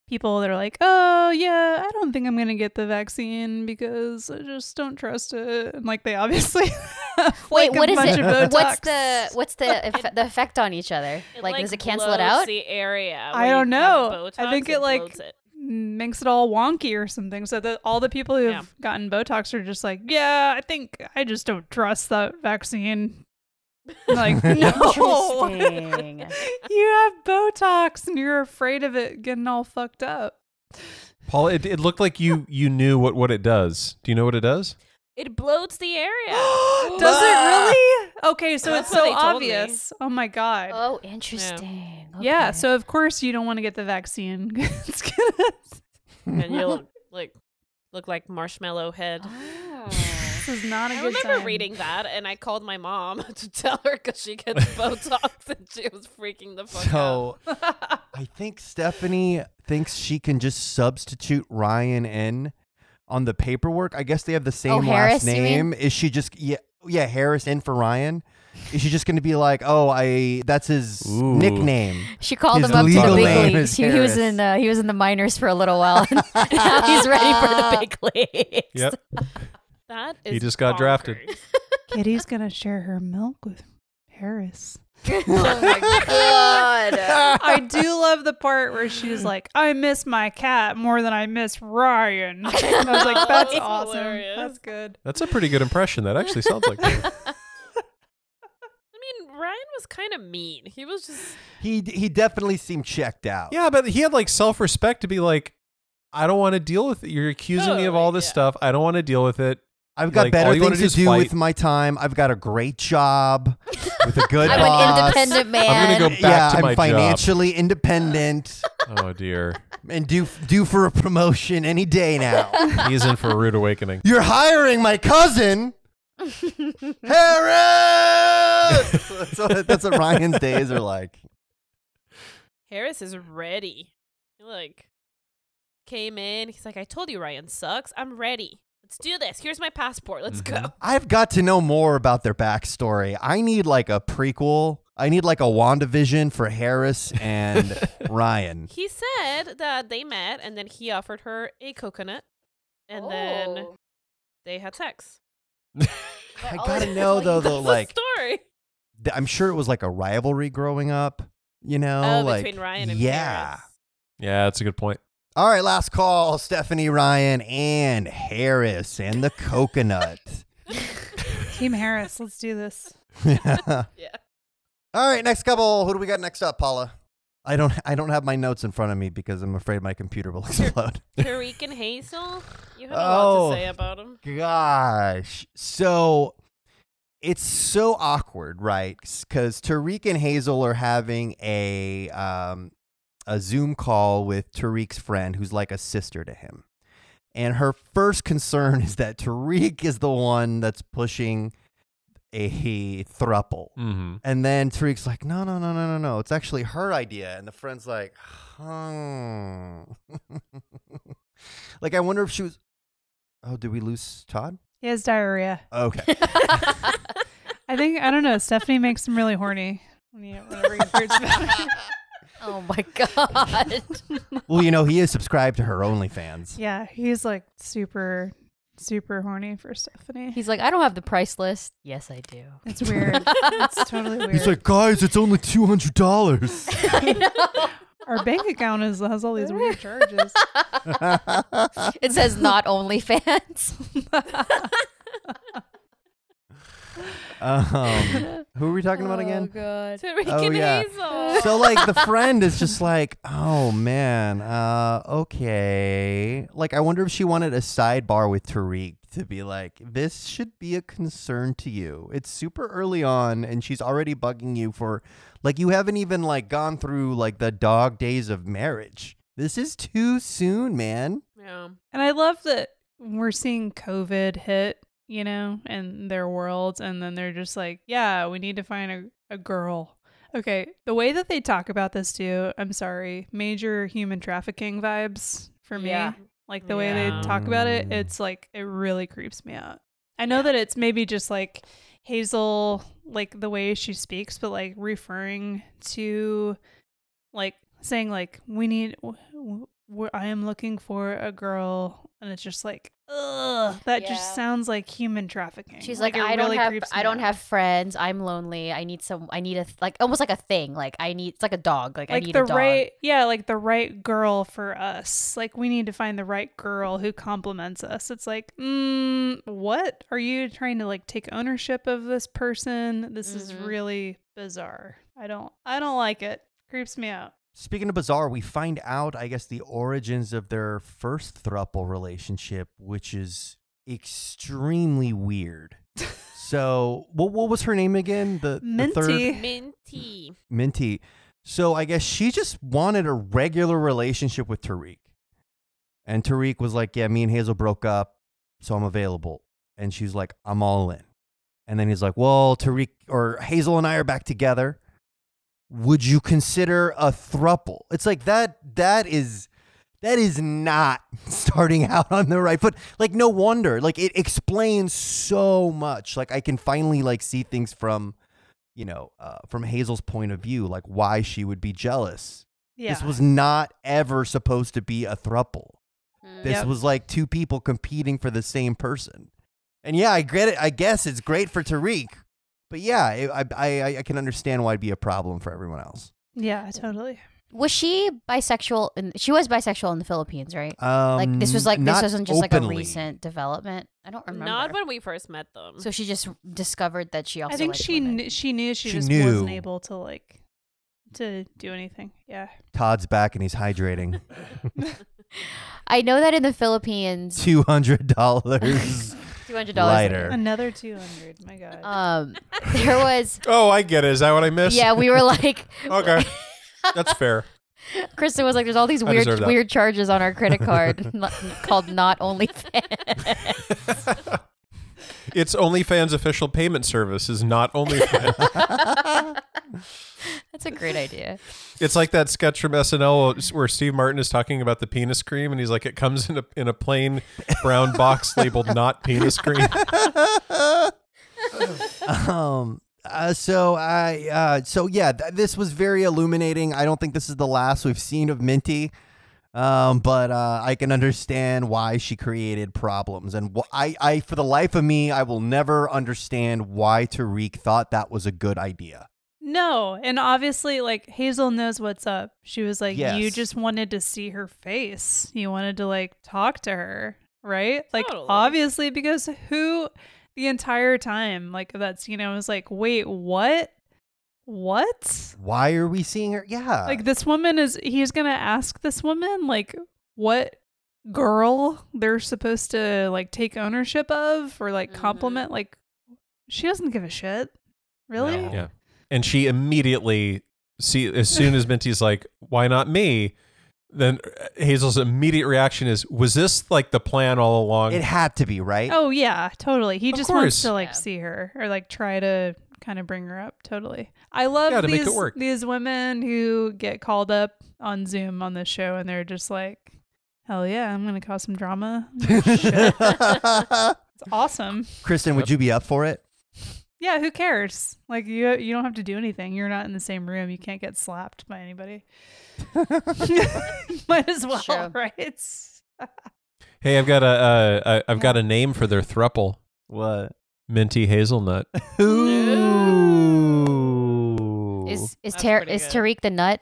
people that are like, oh yeah, I don't think I'm gonna get the vaccine because I just don't trust it. And like they obviously have,
Wait,
like, a
what is it?
bunch of Botox.
What's the what's the eff- the effect on each other?
It,
like,
like,
does it cancel it
blows
out?
The area.
I
where you
don't
have
know.
Botox,
I think it, like-
blows it.
makes it all wonky or something. So that all the people who've
Yeah.
gotten Botox are just like, yeah, I think I just don't trust that vaccine. Like no.
Interesting.
you have Botox and you're afraid of it getting all fucked up.
Paul, it, it looked like you you knew what, what it does. Do you know what it does?
It bloats the area.
Does it really? Okay, so
That's
it's so
what they told me.
obvious. Oh my god.
oh, interesting.
Yeah,
Okay.
so of course you don't want to get the vaccine. it's gonna
and you'll like look like marshmallow head.
Oh.
This is not a
I
good
remember
sign.
reading that, and I called my mom to tell her because she gets Botox, and she was freaking the fuck out.
So I think Stephanie thinks she can just substitute Ryan in on the paperwork. I guess they have the same
Oh, Harris,
last
you mean?
name. Is she just yeah yeah Harris in for Ryan? Is she just going to be like, oh, I that's his
Ooh.
nickname?
She called
His
him up to the
legal
big
name is
leagues. He, he was
Harris.
in uh, he was in the minors for a little while. And now he's ready for the big leagues.
Yep.
That is
He just got drafted.
bonkers.
Kitty's gonna share her milk with Harris.
oh my god.
I do love the part where she's like, "I miss my cat more than I miss Ryan." And I was like, "That's
That's
awesome.
hilarious.
That's good."
That's a pretty good impression. That actually sounds like that.
I mean, Ryan was kind of mean. He was just
He he definitely seemed checked out.
Yeah, but he had like self respect to be like, I don't want to deal with it. You're accusing me of
Totally,
all this
yeah.
stuff. I don't want to deal with it.
I've got
Like, all
better
you wanna
things
do
to
is
do
fight.
with my time. I've got a great job with a good
I'm an
boss.
independent man.
I'm gonna go back
yeah,
to
I'm
my
financially independent
job. Oh dear,
and due due for a promotion any day now.
he's in for a rude awakening.
You're hiring my cousin, Harris. that's, what, that's what Ryan's days are like.
Harris is ready. He like came in. He's like, I told you Ryan sucks. I'm ready. Let's do this. Here's my passport. Let's
Mm-hmm.
go.
I've got to know more about their backstory. I need like a prequel. I need like a WandaVision for Harris and Ryan.
He said that they met and then he offered her a coconut and then
Oh.
they had sex.
I gotta know though,
That's
though,
the
like
story.
th- I'm sure it was like a rivalry growing up. You know,
Oh,
like
between Ryan and
yeah.
Harris.
Yeah, that's a good point.
All right, last call, Stephanie Ryan and Harris and the coconut.
Team Harris, let's do this.
All
Yeah.
right, next couple. Who do we got next up, Paula? I don't I don't have my notes in front of me because I'm afraid my computer will explode.
Tariq and Hazel. You had a lot
Oh.
to say about him.
gosh. So it's so awkward, right? Because Tariq and Hazel are having a um, a Zoom call with Tariq's friend, who's like a sister to him, and her first concern is that Tariq is the one that's pushing a thruple.
Mm-hmm.
And then Tariq's like, no, no, no, no, no, no. It's actually her idea. And the friend's like, hmm. like, I wonder if she was. Oh, did we lose Todd?
He has diarrhea.
Okay.
I think I don't know. Stephanie makes him really horny. When you, whenever he hears about it.
oh my god.
well, you know, he is subscribed to her OnlyFans.
yeah, he's like super, super horny for Stephanie.
He's like, I don't have the price list. Yes, I do.
It's weird. it's totally weird.
He's like, guys, it's only $200.
Our bank account is, has all these weird charges.
It says not OnlyFans.
um, who are we talking
Oh,
about again?
god.
Tariq
Oh,
and
yeah.
Hazel.
so like the friend is just like oh man uh okay like i wonder if she wanted a sidebar with tariq to be like this should be a concern to you it's super early on and she's already bugging you for like you haven't even like gone through like the dog days of marriage this is too soon man
yeah.
And I love that we're seeing COVID hit, you know, and their worlds. And then they're just like, yeah, we need to find a, a girl. Okay. The way that they talk about this, too, I'm sorry, major human trafficking vibes for me.
Yeah.
Like the way
Yeah.
they talk about it,
Mm.
it's like, it really creeps me out. I know that it's maybe just like Hazel, like the way she speaks, but like referring to like saying like we need w- w- w- i am looking for a girl and it's just like ugh that
Yeah.
just sounds like human trafficking
She's like,
it
I don't
really
have
creeps
I
me
don't
out."
have friends. I'm lonely. I need some I need a th- like almost like a thing. Like I need it's like a dog. Like, I
like
need
the
a dog.
right yeah like the right girl for us like we need to find the right girl who complements us it's like mm, what are you trying to like take ownership of this person this is
Mhm.
really bizarre i don't i don't like it creeps me out
Speaking of bizarre, we find out, I guess, the origins of their first thruple relationship, which is extremely weird. so, what what was her name again? The, the third-
Minty.
Minty.
Minty. So, I guess she just wanted a regular relationship with Tariq, and Tariq was like, "Yeah, me and Hazel broke up, so I'm available." And she's like, "I'm all in." And then he's like, "Well, Tariq or Hazel and I are back together. Would you consider a thruple?" It's like that. That is that is not starting out on the right foot. Like no wonder. Like it explains so much. Like I can finally like see things from you know, uh, from Hazel's point of view, like why she would be jealous.
Yeah.
This was not ever supposed to be a thruple.
Mm.
This
Yep.
was like two people competing for the same person. And yeah, I get it. I guess it's great for Tariq, but yeah, it, I, I I can understand why it'd be a problem for everyone else.
yeah, totally.
Was she bisexual? In, she was bisexual in the Philippines, right?
Um,
like this was like this
not
wasn't just like a
openly.
recent development. I don't remember.
Not when we first met them.
so she just discovered that she also.
I think
liked
she
women.
knew, she knew she,
She
just
knew.
wasn't able to like to do anything. Yeah.
Todd's back and he's hydrating.
I know that in the Philippines,
Two hundred dollars.
two hundred dollars
Lighter.
Another 200. My god.
Um, there was
Oh, I get it. Is that what I missed?
yeah. We were like,
Okay. That's fair.
Kristen was like, "There's all these
I
weird
deserve that.
weird charges on our credit card called not OnlyFans."
It's OnlyFans official payment service is not OnlyFans.
That's a great idea.
it's like that sketch from SNL where Steve Martin is talking about the penis cream, and he's like, "It comes in a in a plain brown box labeled not penis cream."
um. Uh, so I. Uh, so yeah, th- this was very illuminating. I don't think this is the last we've seen of Minty. Um, but uh, I can understand why she created problems, and wh- I, I, for the life of me, I will never understand why Tariq thought that was a good idea.
No, and obviously, like Hazel knows what's up. She was like, "You
Yes.
just wanted to see her face. You wanted to like talk to her, right? Like,
Totally.
obviously, because who the entire time like of that scene, I was like, wait, what? What?
Why are we seeing her? Yeah,
like this woman is he's gonna ask this woman like what girl they're supposed to like take ownership of or like
Mm-hmm.
Mhm.
compliment? Like, she doesn't give a shit, really.
No.
Yeah. And she immediately see as soon as Minty's like, "Why not me?" Then uh, Hazel's immediate reaction is, "Was this like the plan all along?"
it had to be right.
Oh yeah, totally. He
Of
just
course.
wants to like
Yeah.
see her or like try to kind of bring her up. Totally. I love
Yeah, to make it
these
work.
these women who get called up on Zoom on this show and they're just like, "Hell yeah, I'm gonna cause some drama." Oh, Shit. It's awesome.
Kristen, would you be up for it?
Yeah, who cares? Like you you don't have to do anything. You're not in the same room. You can't get slapped by anybody. Might as well,
Sure.
right?
hey, I've got a uh, I- I've got a name for their thruple,
What?
Minty Hazelnut.
Ooh.
Is is
That's
Tar-
pretty
is
good.
Tariq the nut?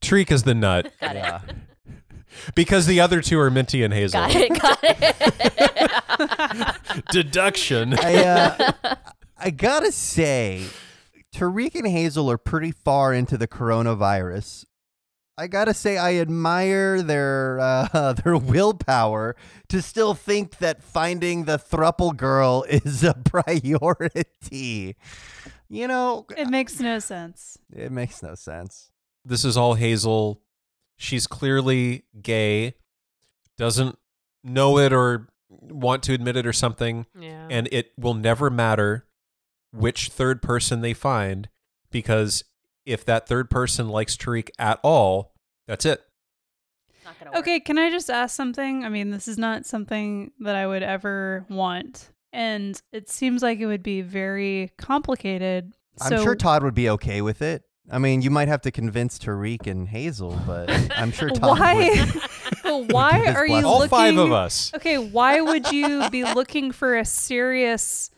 Tariq is the nut
Got it.
yeah.
because the other two are Minty and Hazel.
Got it. Got it.
Deduction.
I, uh, I gotta say, Tariq and Hazel are pretty far into the coronavirus. I gotta say, I admire their uh, their willpower to still think that finding the thruple girl is a priority. You know,
It makes no sense.
it makes no sense.
this is all Hazel. She's clearly gay, doesn't know it or want to admit it or something.
yeah.
and it will never matter which third person they find because if that third person likes Tariq at all, that's it.
Not gonna work.
Okay, can I just ask something? I mean, this is not something that I would ever want, and it seems like it would be very complicated.
I'm
so
sure Todd would be okay with it. I mean, you might have to convince Tariq and Hazel, but I'm sure Todd
why? but why
With his
are you
blessing.
all
looking?
five of us.
Okay, why would you be looking for a serious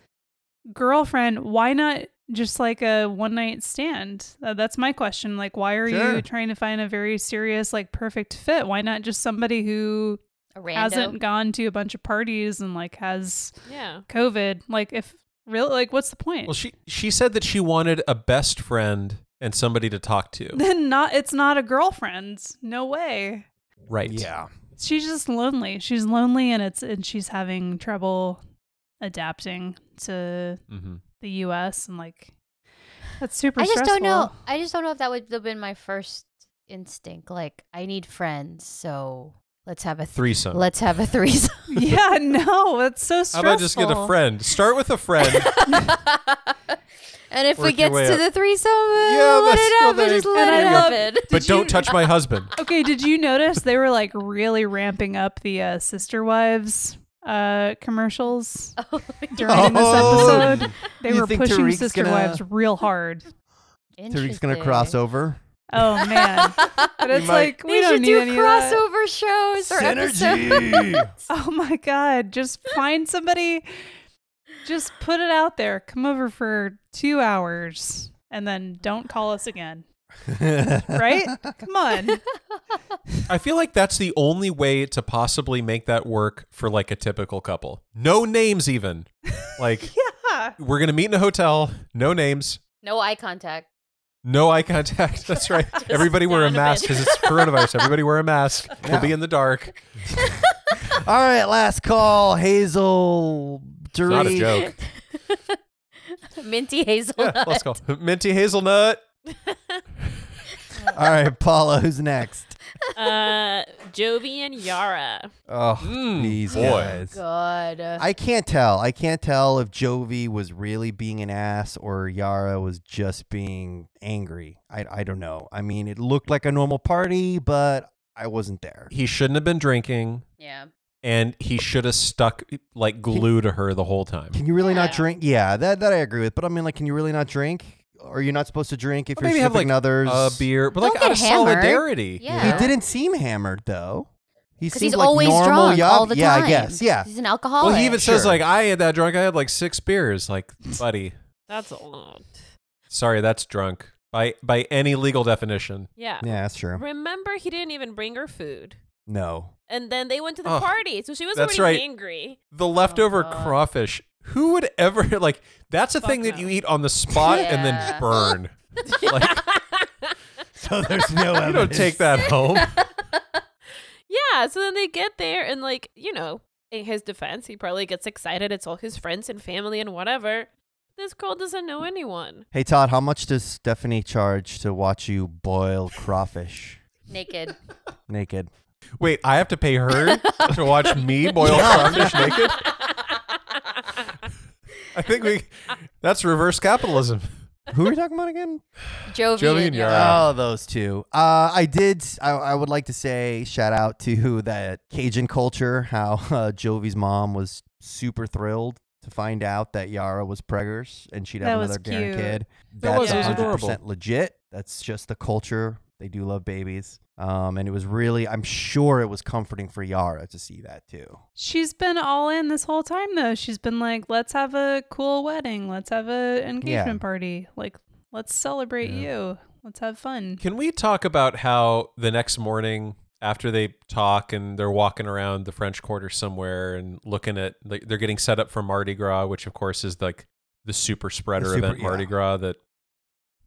girlfriend? Why not just like a one night stand? Uh, that's my question. Like, why are
Sure.
you trying to find a very serious, like, perfect fit? Why not just somebody who
A rando.
hasn't gone to a bunch of parties and like has
yeah.
COVID. Like, if really, like, what's the point?
Well, she she said that she wanted a best friend and somebody to talk to.
then not, it's not a girlfriend. No way.
Right.
would. Yeah.
She's just lonely. She's lonely, and it's and she's having trouble adapting to
hmm
the U.S. and like that's super.
I just don't know.
stressful.
I just don't know if that would have been my first instinct. Like, I need friends, so let's have a th-
Threesome.
let's have a threesome.
yeah, no, that's so
How
stressful.
about just get a friend? Start with a friend.
and if we
Work your
get
way
to
up.
the threesome,
Yeah,
yeah, let
that's-
it
well,
happen.
there-
Just let
And
it
I love-
happen.
but
Did
don't
you-
touch my husband.
Okay, did you notice they were like really ramping up the uh, sister wives uh, commercials
Oh,
during
Oh.
this episode. They
You
were
think
pushing
Tariq's
sister
gonna-
wives real hard.
Tariq's gonna cross over.
Oh man, but it's
might-
like we
we
don't
should
need
do
any of that.
crossover shows or episodes.
Oh my god, just find somebody just put it out there. Come over for 2 hours and then don't call us again. Right? Come on.
I feel like that's the only way to possibly make that work for like a typical couple. No names, even. Like,
Yeah.
we're going to meet in a hotel, no names,
No eye contact.
no eye contact. That's right. Everybody wear a
down a
mask
bit.
because it's coronavirus. Everybody wear a mask. We'll be in the dark.
All right, last call, Hazel.
It's not a
Tariq.
joke.
Minty hazelnut.
Yeah, let's go. Minty hazelnut.
All right, Paula, who's next?
uh, Jovi and Yara.
Oh,
Mm,
these
boy.
guys.
God.
I can't tell. I can't tell if Jovi was really being an ass or Yara was just being angry. I, I don't know. I mean, it looked like a normal party, but I wasn't there.
He shouldn't have been drinking
yeah.
and he should have stuck like glue to her the whole time.
Can you really not
Yeah.
drink? Yeah, that, that I agree with. But I mean, like, can you really not drink? Are you not supposed to drink if
Or
you're
maybe have,
sipping
like,
others?
A beer, but
Don't
like out
get
of
hammered.
solidarity. you
Yeah.
He
know?
didn't seem hammered though. He
Because
seemed
he's
like
always
normal
drunk
Yav-
all the
yeah,
time.
I guess. Yeah.
He's an alcoholic.
Well, he even says
Sure.
like, "I ain't that drunk. I had like six beers." Like, buddy,
That's a lot.
sorry, that's drunk by by any legal definition.
Yeah.
Yeah, that's true.
Remember, he didn't even bring her food.
No.
And then they went to the
Oh,
party, so she was
that's
already
right.
angry.
The leftover
God.
crawfish. Who would ever like? That's a
Fuck
thing that
no.
you eat on the spot and
Yeah.
then burn. like,
So there's no
you don't take that home.
Yeah, so then they get there and like, you know, in his defense, he probably gets excited. It's all his friends and family and whatever. This girl doesn't know anyone.
Hey Todd, how much does Stephanie charge to watch you boil crawfish
naked.
naked?
Wait, I have to pay her to watch me boil crawfish naked. I think we. That's reverse capitalism.
Who are we talking about again?
Jovi,
Jovi and
and
Yara.
Yara.
Oh, those two. Uh, I did. I, I would like to say shout out to that Cajun culture. How uh, Jovi's mom was super thrilled to find out that Yara was preggers and she'd have
That was
another
cute.
grandkid.
That was-
That's
it
100%
was
adorable.
legit. That's just the culture. They do love babies. Um, and it was really, I'm sure it was comforting for Yara to see that too.
She's been all in this whole time though. She's been like, "Let's have a cool wedding. Let's have a engagement party. Like, let's celebrate you. Let's have fun."
Can we talk about how the next morning after they talk and they're walking around the French Quarter somewhere and looking at like they're getting set up for Mardi Gras, which of course is like the super spreader
super-
event Mardi
yeah.
Gras that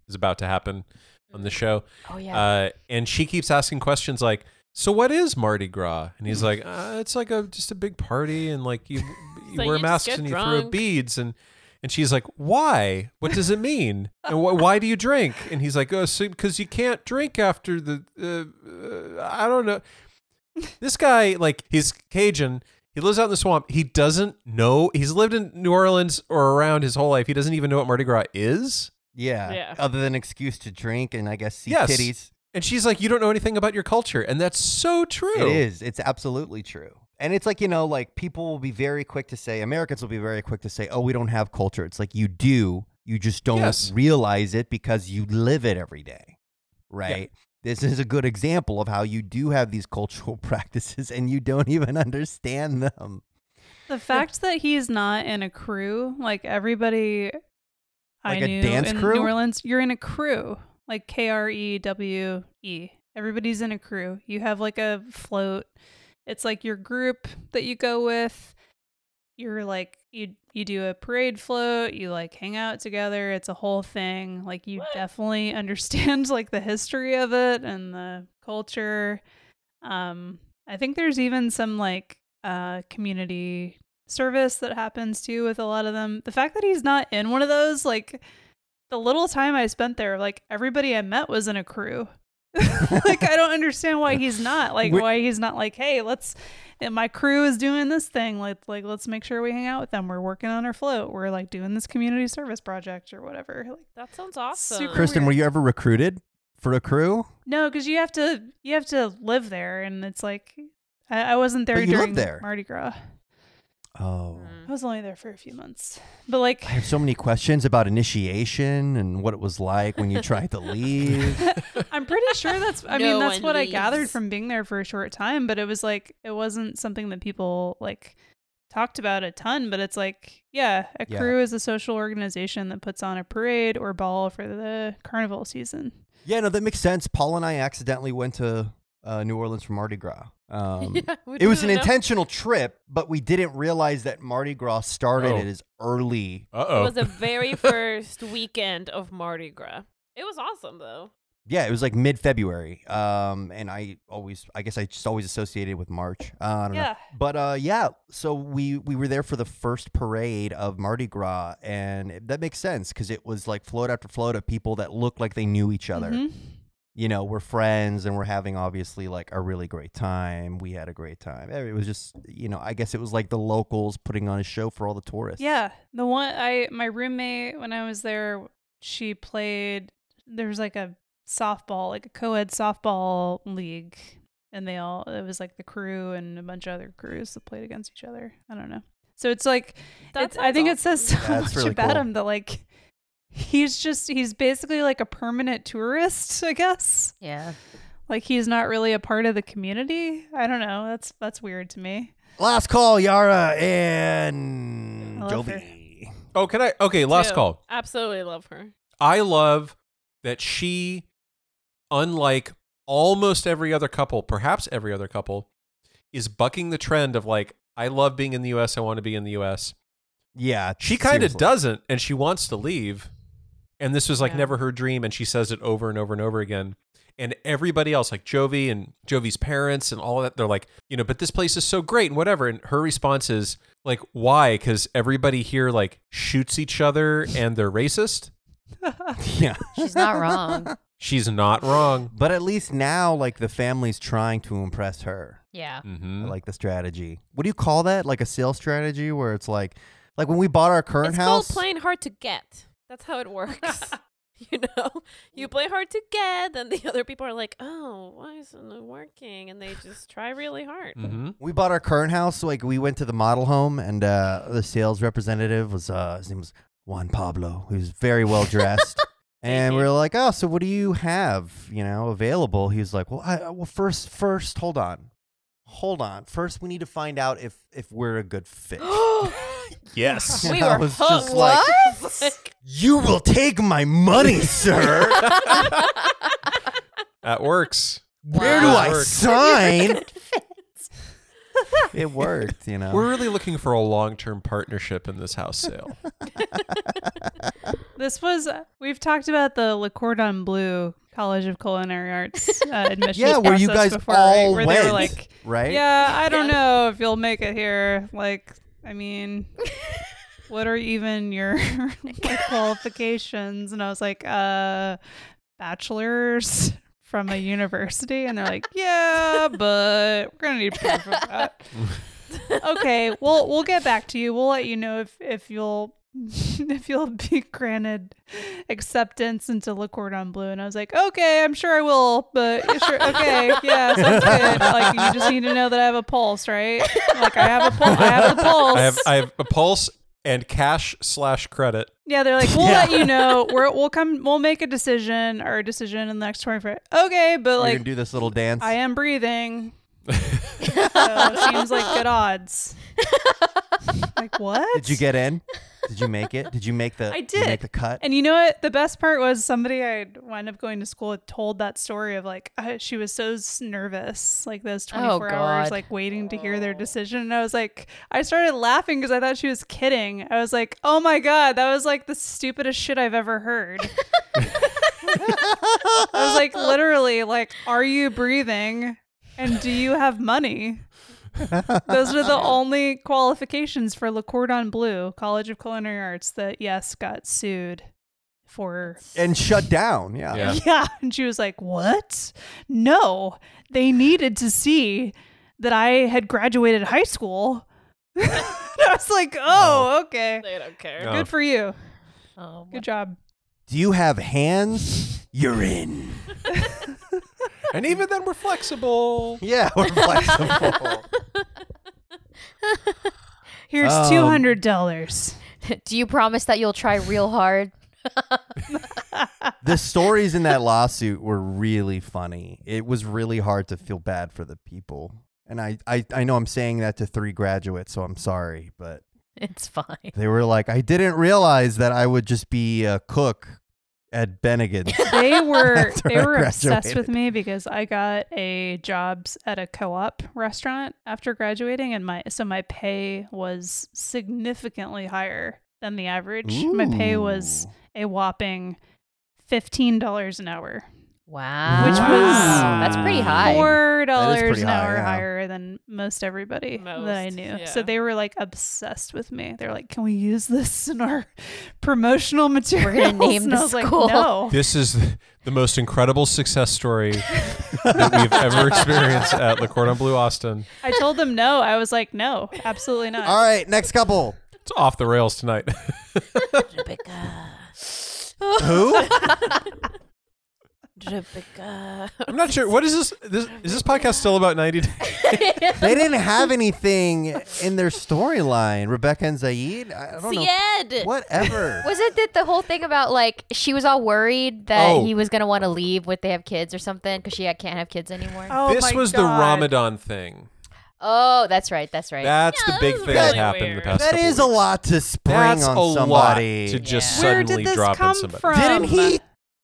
is about to happen on the show.
Oh yeah.
Uh, and she keeps asking questions like, "So what is Mardi Gras?" And
Mm-hmm.
he's like, uh, "It's like a just a big party and like you, you
So
wear
you just
masks
get
and you throw
drunk."
beads and." And she's like, "Why? What does it mean? And wh- why do you drink?" And he's like, "Oh, because you can't drink after the uh, uh, I don't know." This guy, like, he's Cajun. He lives out in the swamp. He doesn't know. He's lived in New Orleans or around his whole life. He doesn't even know what Mardi Gras is.
Yeah.
Yeah.
Other than excuse to drink and I guess see
Yes.
titties.
And she's like, "You don't know anything about your culture," and that's so true.
It is. It's absolutely true. And it's like, you know, like people will be very quick to say, Americans will be very quick to say, oh, we don't have culture. It's like you do. You just don't
Yes.
realize it because you live it every day. Right. This is a good example of how you do have these cultural practices and you don't even understand them.
The fact that he's not in a crew, like everybody
Like
I
a
knew
dance
in
crew?
New Orleans, you're in a crew, like K R E W E. Everybody's in a crew. You have like a float. It's like your group that you go with. You're like you you do a parade float. You like hang out together. It's a whole thing. Like you definitely understand like the history of it and the culture. Um, I think there's even some like uh community service that happens too with a lot of them. The fact that he's not in one of those, like the little time I spent there, like everybody I met was in a crew. like I don't understand why he's not like
We-
why he's not like hey let's and my crew is doing this thing like like let's make sure we hang out with them we're working on our float we're like doing this community service project or whatever like
That sounds awesome.
Super
Kristen, were you ever recruited for a crew?
no because you have to you have to live there and it's like I, I wasn't there
But you live
during
there.
Mardi Gras
Oh.
Mm.
I was only there for a few months, but like
I have so many questions about initiation and what it was like when you tried to leave.
I'm pretty sure that's. I
No
mean, that's
one
what I gathered
leaves.
from being there for a short time. But it was like it wasn't something that people like talked about a ton. But it's like, yeah, a
Yeah.
crew is a social organization that puts on a parade or ball for the carnival season.
yeah, no, that makes sense. Paul and I accidentally went to uh, New Orleans for Mardi Gras. Um,
we
it was an
didn't know.
intentional trip, but we didn't realize that Mardi Gras started
Oh.
it as early.
Uh
It
oh.
was the very first weekend of Mardi Gras. It was awesome though.
Yeah, it was like mid February. Um, and I always, I guess I just always associated it with March. Uh, I don't know.
Yeah,
But uh, yeah, so we we were there for the first parade of Mardi Gras, and it- that makes sense because it was like float after float of people that looked like they knew each other.
Mhm.
You know, we're friends, and we're having obviously like a really great time. We had a great time. Eh, It was just, you know, I guess it was like the locals putting on a show for all the tourists.
Yeah, the one I my roommate when I was there, she played. There was like a softball, like a co-ed softball league, and they all it was like the crew and a bunch of other crews that played against each other. I don't know. So it's like
That
it's, I
sounds
think it
awesome.
says so
That's
much
really
about
cool.
him that like he's just he's basically like a permanent tourist, I guess.
Yeah.
Like he's not really a part of the community. I don't know. That's that's weird to me.
Last call, Yara and
I love her.
Jovi.
Oh, can I? Okay, last
Too.
call.
Absolutely love her.
I love that she, unlike almost every other couple, perhaps every other couple, is bucking the trend of like, I love being in the US. I want to be in the US.
Yeah,
She kind of
seriously.
doesn't, and she wants to leave. And this was like
Yeah.
never her dream, and she says it over and over and over again. And everybody else, like Jovi and Jovi's parents and all that, they're like, you know, but this place is so great and whatever. And her response is like, why? Because everybody here like shoots each other and they're racist.
Yeah,
She's not wrong.
She's not wrong.
but at least now, like the family's trying to impress her.
Yeah.
Mm-hmm.
I like the strategy. What do you call that? Like a sales strategy where it's like, like when we bought our current
it's
house.
called playing hard to get. That's how it works. you know, you play hard to get, and the other people are like, "Oh, why isn't it working?" And they just try really hard.
mm-hmm.
we bought our current house. Like we went to the model home, and uh, the sales representative was uh, his name was Juan Pablo. He was very well dressed. And we were like, oh, so what do you have, you know, available? He was like, well, I, well, first, first, hold on, hold on. First, we need to find out if if we're a good fit.
Yes.
we
I
were
was
hooked.
just like,
Like,
you will take my money, sir.
that works.
Where do
Wow.
I
Worked.
sign? it worked, you know.
We're really looking for a long-term partnership in this house sale.
This was we've talked about the Le Cordon Bleu College of Culinary Arts uh, admissions
yeah, where you
process
guys
before,
all
right? where
went,
they were like,
right?
yeah, I don't know if you'll make it here. Like, I mean, what are even your like, qualifications? And I was like, uh, bachelor's from a university, and they're like, yeah, but we're gonna need proof of that. okay, we'll we'll get back to you. We'll let you know if if you'll if you'll be granted acceptance into Le Cordon Bleu. And I was like, okay, I'm sure I will, but yeah, sure, okay, yeah, sounds good. Like you just need to know that I have a pulse, right? Like I have a pulse. I have a pulse.
I have I have a pulse and cash slash credit.
yeah, they're like, we'll
Yeah.
let you know. We're, we'll come. We'll make a decision or a decision in the next 24. Okay, but
We're
like
gonna do this little dance.
I am breathing. so it seems like good odds. like what?
Did you get in? Did you make it? Did you make the?
I
did you
did.
make the cut.
And you know what? The best part was somebody I wound up going to school with told that story of like uh, she was so s- nervous, like those twenty
Oh,
four hours,
God.
like waiting to hear their decision. And I was like, I started laughing because I thought she was kidding. I was like, oh my god, that was like the stupidest shit I've ever heard. I was like, literally, like, are you breathing? And do you have money? Those are the only qualifications for Le Cordon Bleu College of Culinary Arts that yes got sued for.
and shut down. Yeah.
Yeah.
Yeah, and she was like, "What? No, they needed to see that I had graduated high school." I was like, "Oh, okay,
they don't care.
No.
good for you,
Oh,
good job."
Do you have hands? You're in.
And even then we're flexible.
Yeah, we're flexible.
Here's
Um,
two hundred dollars.
Do you promise that you'll try real hard?
the stories in that lawsuit were really funny. It was really hard to feel bad for the people. And I, I, I know I'm saying that to three graduates, so I'm sorry, but
It's fine.
they were like, I didn't realize that I would just be a cook at Bennigan's.
They were
After
they
I
were obsessed with
graduated.
me because I got a jobs at a co-op restaurant after graduating, and my so my pay was significantly higher than the average. My pay was
Ooh.
a whopping fifteen dollars an hour.
Wow.
Which was-
that's pretty high.
four dollars
pretty
an
high,
hour
yeah.
higher than most everybody that I
Most,
knew. So
yeah.
they were like obsessed with me. They're like, "Can we use this in our promotional materials?"
name
and
the
I was
school.
Like, no.
This is the- the most incredible success story that we've ever experienced at Le Cordon Bleu Austin.
I told them no. I was like, "No, absolutely not."
All right, next couple.
It's off the rails tonight.
Rebecca.
Who?
Rebecca.
I'm not sure. What is this? this is this podcast still about 90 days?
they didn't have anything in their storyline. Rebecca and Zaid? I don't know.
Sied.
Whatever.
Was it that the whole thing about like she was all worried that
Oh.
he was gonna want to leave with they have kids or something because she had- can't have kids anymore? Oh,
Oh
this
my
was the
God.
Ramadan thing.
that's right, that's right.
That's
Yeah,
the big
that was
thing that
really
happened the
weird.
past
that
couple
is a
weeks.
lot to spring
That's
on
a
somebody.
lot to just
Yeah.
Where did
suddenly
this
drop
come
on somebody.
from?
Um,
Didn't he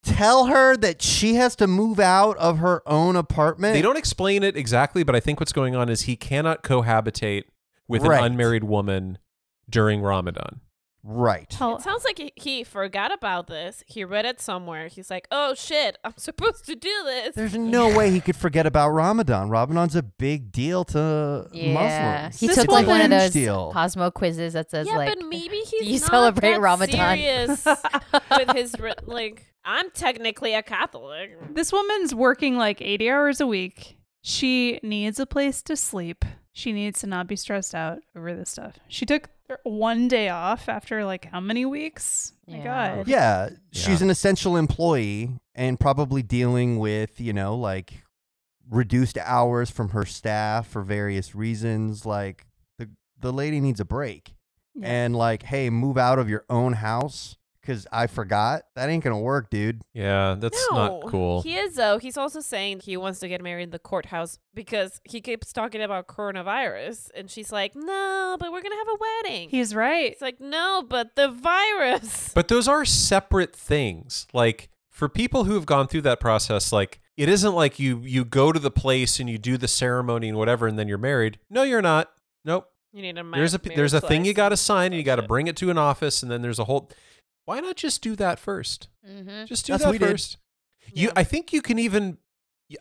tell her that she has to move out of her own apartment?
They don't explain it exactly, but I think what's going on is he cannot cohabitate with
Right.
an unmarried woman during Ramadan.
Right.
Tell-
It sounds like he, he forgot about this. He read it somewhere. He's like, "Oh shit, I'm supposed to do this."
There's no way he could forget about Ramadan. Ramadan's a big deal to
yeah.
Muslims.
He
This
took like
woman-
one of
huge
those
deal.
Cosmo quizzes that says
yeah,
like
but maybe he's
you
not
celebrate
that
Ramadan?
serious with his re- like. I'm technically a Catholic.
This woman's working like 80 hours a week. She needs a place to sleep. She needs to not be stressed out over this stuff. She took one day off after like how many weeks? My
Yeah.
God.
Yeah, she's
Yeah.
an essential employee and probably dealing with, you know, like reduced hours from her staff for various reasons. Like the the lady needs a break.
Yeah.
And like, hey, move out of your own house cuz I forgot. That ain't going to work, dude.
Yeah, that's not cool.
He is though. He's also saying he wants to get married in the courthouse because he keeps talking about coronavirus, and she's like, "No, but we're gonna have a wedding."
He's right.
It's like, "No, but the virus."
But those are separate things. Like for people who have gone through that process, like it isn't like you you go to the place and you do the ceremony and whatever, and then you're married. No, you're not. Nope.
You need a
there's a p- there's a thing you got to sign and you got to bring it to an office, and then there's a whole. Why not just do that first?
hmm
Just do
That's
that
what we did.
first. You, I think you can even.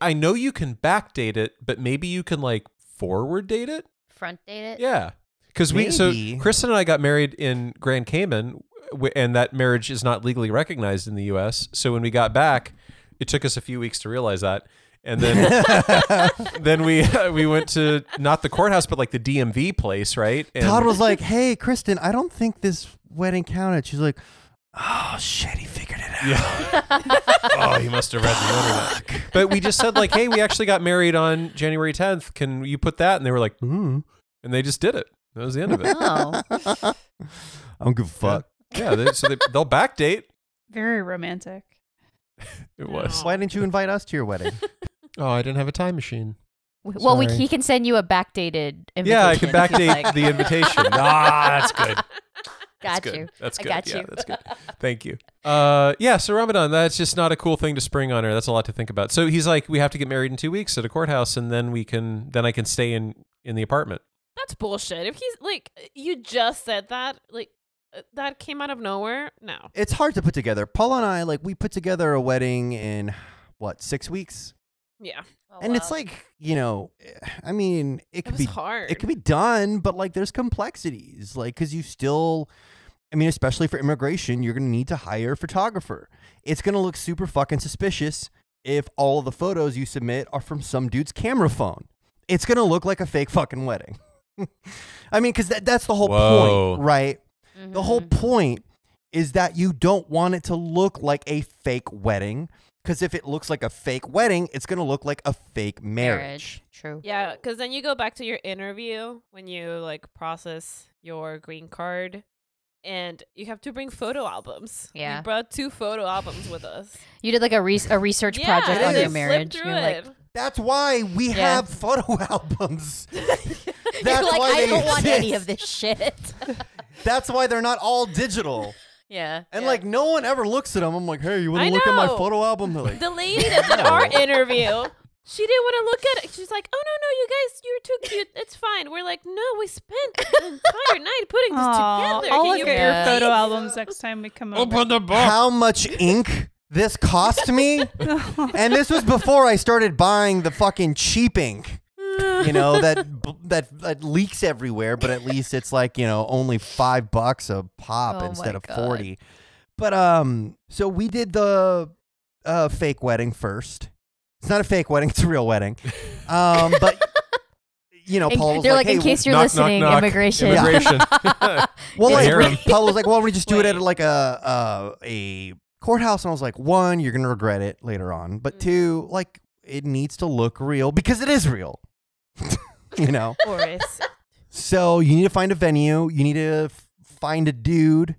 I know you can backdate it, but maybe you can like forward date it.
front date it.
Yeah. Because we, so
Maybe.
Kristen and I got married in Grand Cayman, w- and that marriage is not legally recognized in the US. So when we got back, it took us a few weeks to realize that. And then, then we we went to not the courthouse, but like the DMV place, right? And
Todd was like, "Hey, Kristen, I don't think this wedding counted." She's like, "Oh shit, he figured it out."
yeah. oh, you must have read the internet. But we just said like, hey, we actually got married on January 10th. Can you put that? And they were like,
Ooh.
and they just did it. That was the end of it.
Oh.
I don't give a fuck.
Yeah. They, so they, they'll backdate.
Very romantic.
It was.
Why didn't you invite us to your wedding?
Oh, I didn't have a time machine.
W- Well, we,
Sorry.
he can send you a backdated invitation.
Yeah, I can
if you'd
backdate
like.
the invitation. ah, that's good. That's
Got
good.
you.
That's
I
good.
got
yeah,
you.
That's good. Thank you. Uh, yeah. So Ramadan, that's just not a cool thing to spring on her. That's a lot to think about. So he's like, we have to get married in two weeks at a courthouse, and then we can, then I can stay in in the apartment.
That's bullshit. If he's like, uh, you just said that, like, uh, that came out of nowhere. No.
it's hard to put together. Paul and I, like, we put together a wedding in what six weeks,
Yeah.
Oh,
and it's like you know, eh, I mean, it
Oh, It
could
was
be
hard.
it could be done, but like, there's complexities, like, because you still. I mean, especially for immigration, you're going to need to hire a photographer. It's going to look super fucking suspicious if all the photos you submit are from some dude's camera phone. It's going to look like a fake fucking wedding. I mean, because that, that's the whole
Whoa.
point, right?
Mhm.
The whole point is that you don't want it to look like a fake wedding because if it looks like a fake wedding, it's going to look like a fake marriage.
True.
Yeah, because then you go back to your interview when you like process your green card, and you have to bring photo albums.
Yeah.
we brought two photo albums with us.
You did like a, re- a research
Yeah,
project
I
on
it
your
just flipped
marriage.
through
You're like,
it.
That's why we
Yeah.
have photo albums.
You're
That's
like,
why
I
they
don't want any
exist.
of this shit.
That's why they're not all digital.
yeah.
And
yeah.
like no one ever looks at them. I'm like, hey, you want
I
to look at my
know.
photo album? They're like,
the lady that did our interview she didn't want to look at it she's like oh no no you guys you're too cute it's fine we're like no we spent the entire night putting this
Aw,
together
I'll
Can
look
you
at
Yeah.
your photo albums next time we come over.
the book.
how much ink this cost me? and this was before I started buying the fucking cheap ink. You know that b- that that leaks everywhere, but at least it's like you know only five bucks a pop
Oh
instead
my
of
God.
forty. But um, so we did the uh, fake wedding first. It's not a fake wedding; it's a real wedding. Um, but you know,
In-
Paul was
they're like,
"Hey,
in case you're
knock,
listening,
knock, knock.
immigration.
Immigration.
Well,
Yeah,
like,
hear him.
Paul was like, "Well, we just do it at
Wait.
like a, a a courthouse," and I was like, "One, you're gonna regret it later on, but
Mm.
Mm-hmm.
two, like it needs to look real because it is real, you know."
Boris.
So you need to find a venue, you need to f- find a dude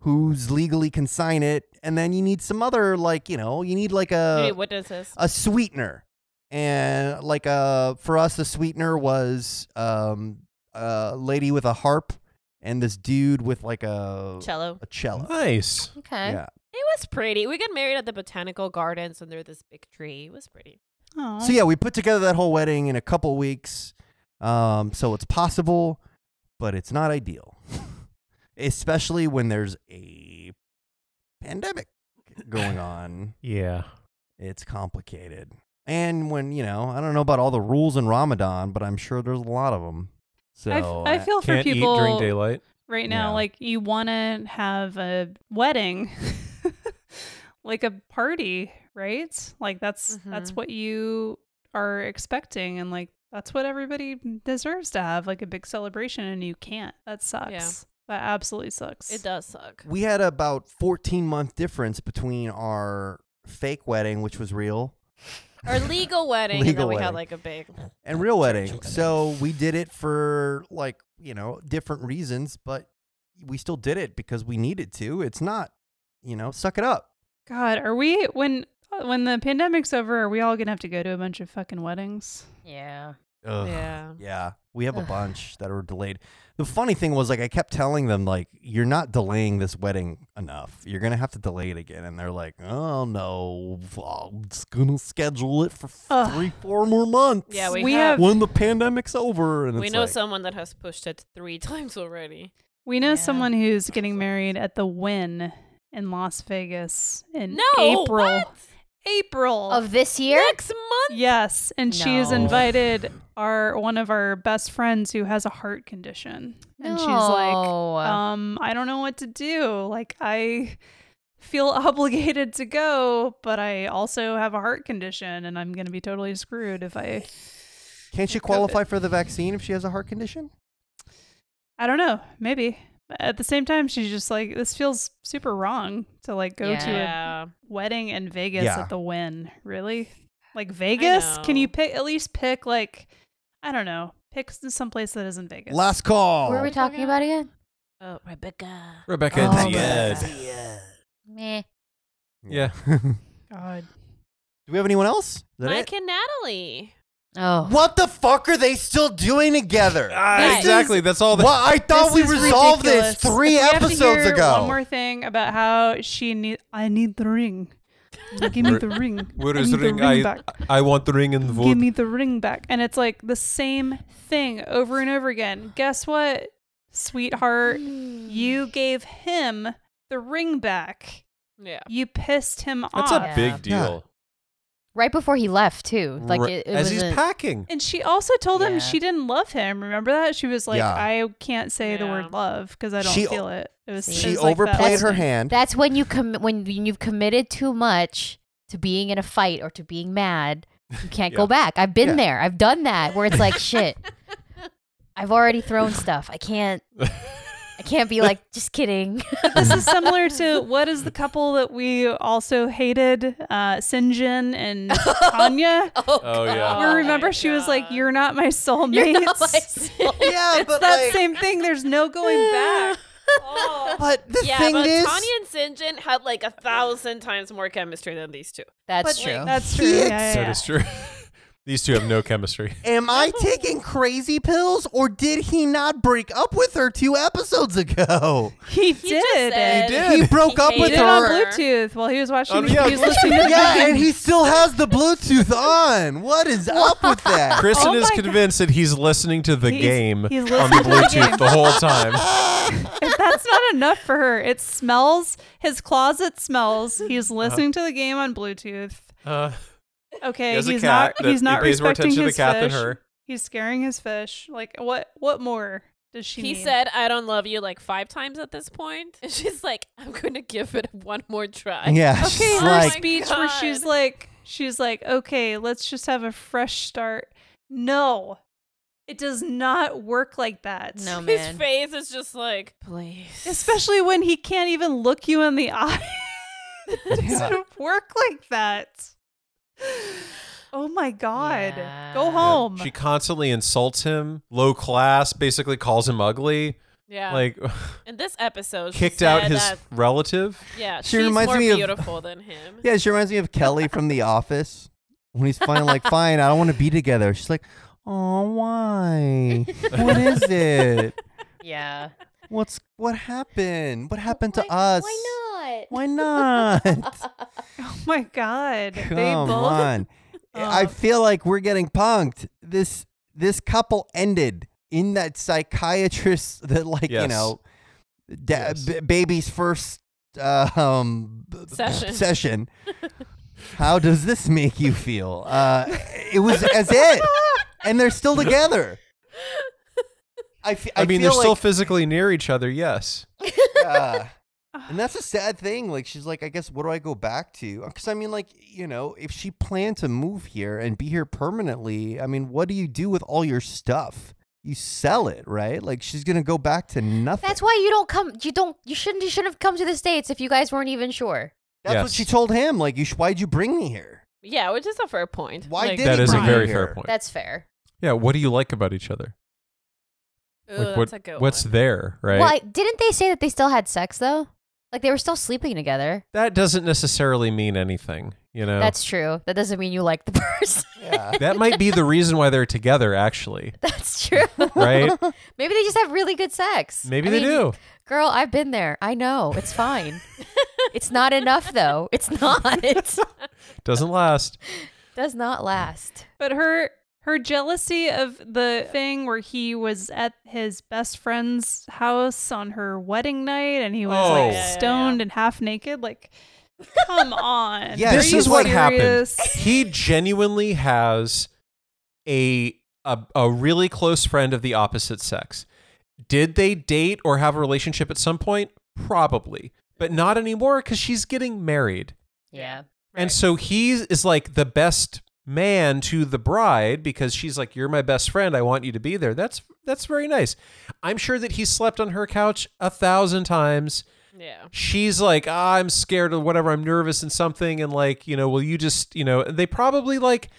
who's legally can sign it, and then you need some other like you know you need like a
Dude, what is this
a sweetener and like uh for us the sweetener was um a lady with a harp and this dude with like a
cello
a cello
nice.
Okay.
yeah
it was pretty we got married at the botanical gardens under this big tree it was pretty
Aw.
so yeah we put together that whole wedding in a couple weeks um so it's possible but it's not ideal especially when there's a pandemic going on
Yeah.
it's complicated and when you know i don't know about all the rules in ramadan but i'm sure there's a lot of them so
I f- I
uh,
feel for
Can't eat during
people
daylight.
right now,
Yeah.
like you want to have a wedding, like a party, right? Like that's that's
Mm-hmm.
Mhm.
what you are expecting, and like that's what everybody deserves to have, like a big celebration, and you can't. That sucks. That absolutely sucks.
it does suck
we had about 14 month difference between our fake wedding which was real
our legal wedding and
Legal
then we had
wedding.
like a big
and real wedding so we did it for like you know different reasons but we still did it because we needed to it's not you know suck it up
God, are we when when the pandemic's over? Are we all gonna have to go to a bunch of fucking weddings?
Yeah.
yeah
Yeah, we have a
Ugh.
bunch that were delayed. The funny thing was, like, I kept telling them, like, you're not delaying this wedding enough. You're gonna have to delay it again. And they're like, oh no, I'm just gonna schedule it for f-
Ugh.
three, four more months.
yeah we,
We
have,
have-
when the pandemic's over, and
we
it's
know
like,
someone that has pushed it three times already
We know
Yeah.
someone who's getting married at the Win in Las Vegas in
no
April.
what?
April
Of this year?
next month
Yes, and she has
No.
invited our one of our best friends who has a heart condition, and she's like,
No.
um, I don't know what to do. Like I feel obligated to go, but I also have a heart condition, and I'm gonna be totally screwed if I.
can't she
COVID.
qualify for the vaccine if she has a heart condition?
I don't know, maybe. At the same time, she's just like, this feels super wrong to like go to a
yeah
wedding in Vegas
Yeah.
at the Win. Really? Like Vegas? Can
know.
you pick at least pick like I don't know, pick s- someplace that isn't Vegas.
Last call.
what are we talking about again?
oh rebecca
Rebecca
Oh,
and
Rebecca.
Ziad.
Yeah.
Meh.
Yeah.
Do
God.
we have anyone else? Is that it?
Mike and Natalie.
Oh.
What the fuck are they still doing together?
Ah,
Guys.
exactly. That's all. The-
well, I thought
This
we
is
resolved
ridiculous.
this three
We have to
episodes
hear
ago.
One more thing about how she need I need the ring. Give me the ring.
Where
I
is
need
the ring? I-
back.
I want the ring in the
Give
wood.
me the ring back. And it's like the same thing over and over again. Guess what, sweetheart? You gave him the ring back.
Yeah.
You pissed him
That's
off.
a big deal.
Right before he left, too. Like,
Ri-
it, it
as he's
wasn't-
packing.
And she also told him
Yeah.
she didn't love him. Remember that? She was like,
Yeah.
I can't say the
Yeah.
word love because I don't
She o-
feel it. It was
She
it was like that
overplayed her
whole thing.
hand.
That's when you com- when you've committed too much to being in a fight or to being mad. You can't
Yeah.
go back. I've been
Yeah.
there. I've done that. Where it's like, shit, I've already thrown stuff. I can't. I can't be like, just kidding.
this is similar to what is the couple that we also hated, uh, Sinjin and Tanya.
oh,
Oh, yeah.
God.
Where
my
remember she was like,
God.
"You're not my soulmate."
You're not my
it's
soulmate.
yeah, but
that
like,
same thing. There's no going back.
but the
Oh. yeah,
thing
but
is,
Tanya and Sinjin had like a thousand times more chemistry than these two.
That's
But
true.
That's true.
He
Yeah,
ex-
yeah,
That is true. These two have no chemistry.
am I taking crazy pills or did he not break up with her two episodes ago?
yeah.
He
He
just
did.
said
did. He broke up
He
with
did it
hated
on
her.
Bluetooth while he was watching.
Oh, yeah,
he was listening to
yeah, and he still has the Bluetooth on. What is up with that?
Kristen
Oh
is
my God.
convinced that he's listening to the
He's-
game
he's
on
listening to the
Bluetooth
game.
the whole time.
if that's not enough for her, it smells. His closet smells.
Uh-huh.
He's listening to the game on Bluetooth.
Uh, he
Okay,
has a
he's
cat.
not.
that
He's not
he pays more
respecting
attention to the
his
cat
fish.
than her.
He's scaring his fish. Like what? What more does she?
he
need?
said, "I don't love you" like five times at this point, and she's like, "I'm gonna give it one more try."
Yeah,
Okay, oh
she's
her
like,
speech where she's
"Oh God.
like, she's like, okay, let's just have a fresh start. No, it does not work like that.
no
His
man.
face is just like, Oh, please.
especially when he can't even look you in the eye. it doesn't work like that. Oh my god, go
Yeah.
Yeah.
home.
She constantly insults him, low class, basically calls him ugly,
yeah.
like
in this episode, she
kicked out
said
his
that-
relative.
yeah,
She
she's
reminds
more
me of-
beautiful than him.
Yeah, she reminds me of Kelly from The Office when he's finally like, "Fine, I don't want to be together." She's like, "Oh, why? What is it?
Yeah.
What's what happened? What happened to
Why-
us?
Why not?
Why not?
oh my god, they
Come
both.
on! I
Oh.
feel like we're getting punked. This this couple ended in that psychiatrist that like you
Yes.
know, da-
Yes.
b- baby's first uh, um b- b-
Session.
session. How does this make you feel? Uh, it was as it, and they're still together. I fe-
I,
I
mean,
feel uh,
they're still
like-
physically near each other, yes.
yeah.
Ah.
And that's a sad thing. Like she's like, I guess what do I go back to? Because I mean, like you know, if she planned to move here and be here permanently, I mean, what do you do with all your stuff? You sell it, right? Like she's gonna go back to nothing.
That's why you don't come. You don't. You shouldn't. You shouldn't have come to the states if you guys weren't even sure.
That's what
Yes.
she told him. Like, you sh- why'd you bring me here?
Yeah, which is a fair point.
Why
like,
did
that
he
is a
bring me
very
here?
fair point.
That's fair.
yeah, what do you like about each other?
Ooh,
Like,
that's
what,
a good
what's
one.
there, right?
Why didn't they say that they still had sex though? Like they were still sleeping together.
That doesn't necessarily mean anything, you know?
That's true. That doesn't mean you like the person.
Yeah.
that might be the reason why they're together, actually,
That's true.
right?
Maybe they just have really good sex.
Maybe
I
they
mean,
do.
Girl, I've been there. I know. It's fine. it's not enough though. It's not. It
Doesn't last.
does not last.
But her her jealousy of the thing where he was at his best friend's house on her wedding night and he was
Oh.
like
Yeah, yeah, yeah.
stoned and half naked, like come on.
Yeah,
Are
this
you
is what
serious?
happened. He genuinely has a, a a really close friend of the opposite sex. Did they date or have a relationship at some point? Probably, but not anymore because she's getting married.
Yeah.
And so he is like the best man to the bride because she's like, "You're my best friend. I want you to be there." That's that's very nice. I'm sure that he slept on her couch a thousand times.
Yeah.
She's like, "Ah, "I'm scared or whatever. I'm nervous and something." And like, you know, will you just, you know, they probably like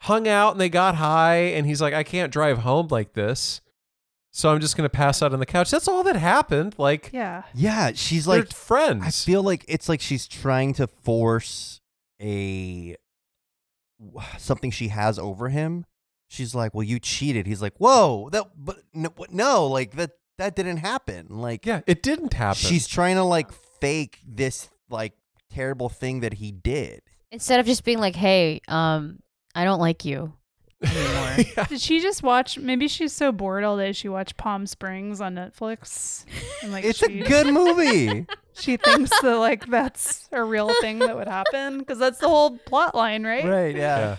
hung out and they got high. And he's like, "I can't drive home like this." So I'm just gonna pass out on the couch. That's all that happened. Like,
Yeah.
yeah, she's
they're
like,
friends.
I feel like it's like she's trying to force a something she has over him. She's like, "Well, you cheated." He's like, "Whoa, that but no, what- no like that that didn't happen." Like,
yeah, it didn't happen.
she's trying to like fake this like terrible thing that he did.
Instead of just being like, "Hey, um, I don't like you."
Yeah.
Did she just watch maybe she's so bored all day she watched Palm Springs on Netflix? And like
It's a
she,
good movie.
she thinks that like that's a real thing that would happen because that's the whole plot line, right?
right?
Yeah.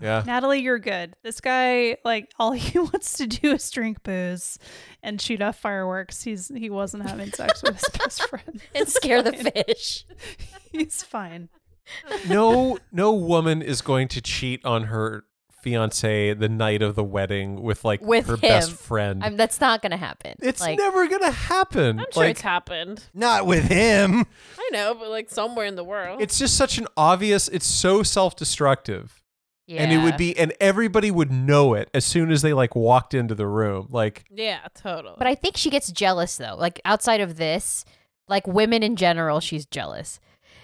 Yeah.
Natalie, you're good. This guy, like, all he wants to do is drink booze and shoot off fireworks. He's he wasn't having sex with his best friend.
And scare the fish.
He's fine.
no no woman is going to cheat on her fiance the night of the wedding with like
With
her best
him.
friend.
I'm, that's not gonna happen.
it's
like,
never gonna happen.
I'm sure
like
it's happened.
Not with him.
I know, but like somewhere in the world.
it's just such an obvious. It's so self-destructive, and it
yeah.
would be, and everybody would know it as soon as they like walked into the room. Like
yeah, totally.
But I think she gets jealous though. Like outside of this, like women in general, she's jealous.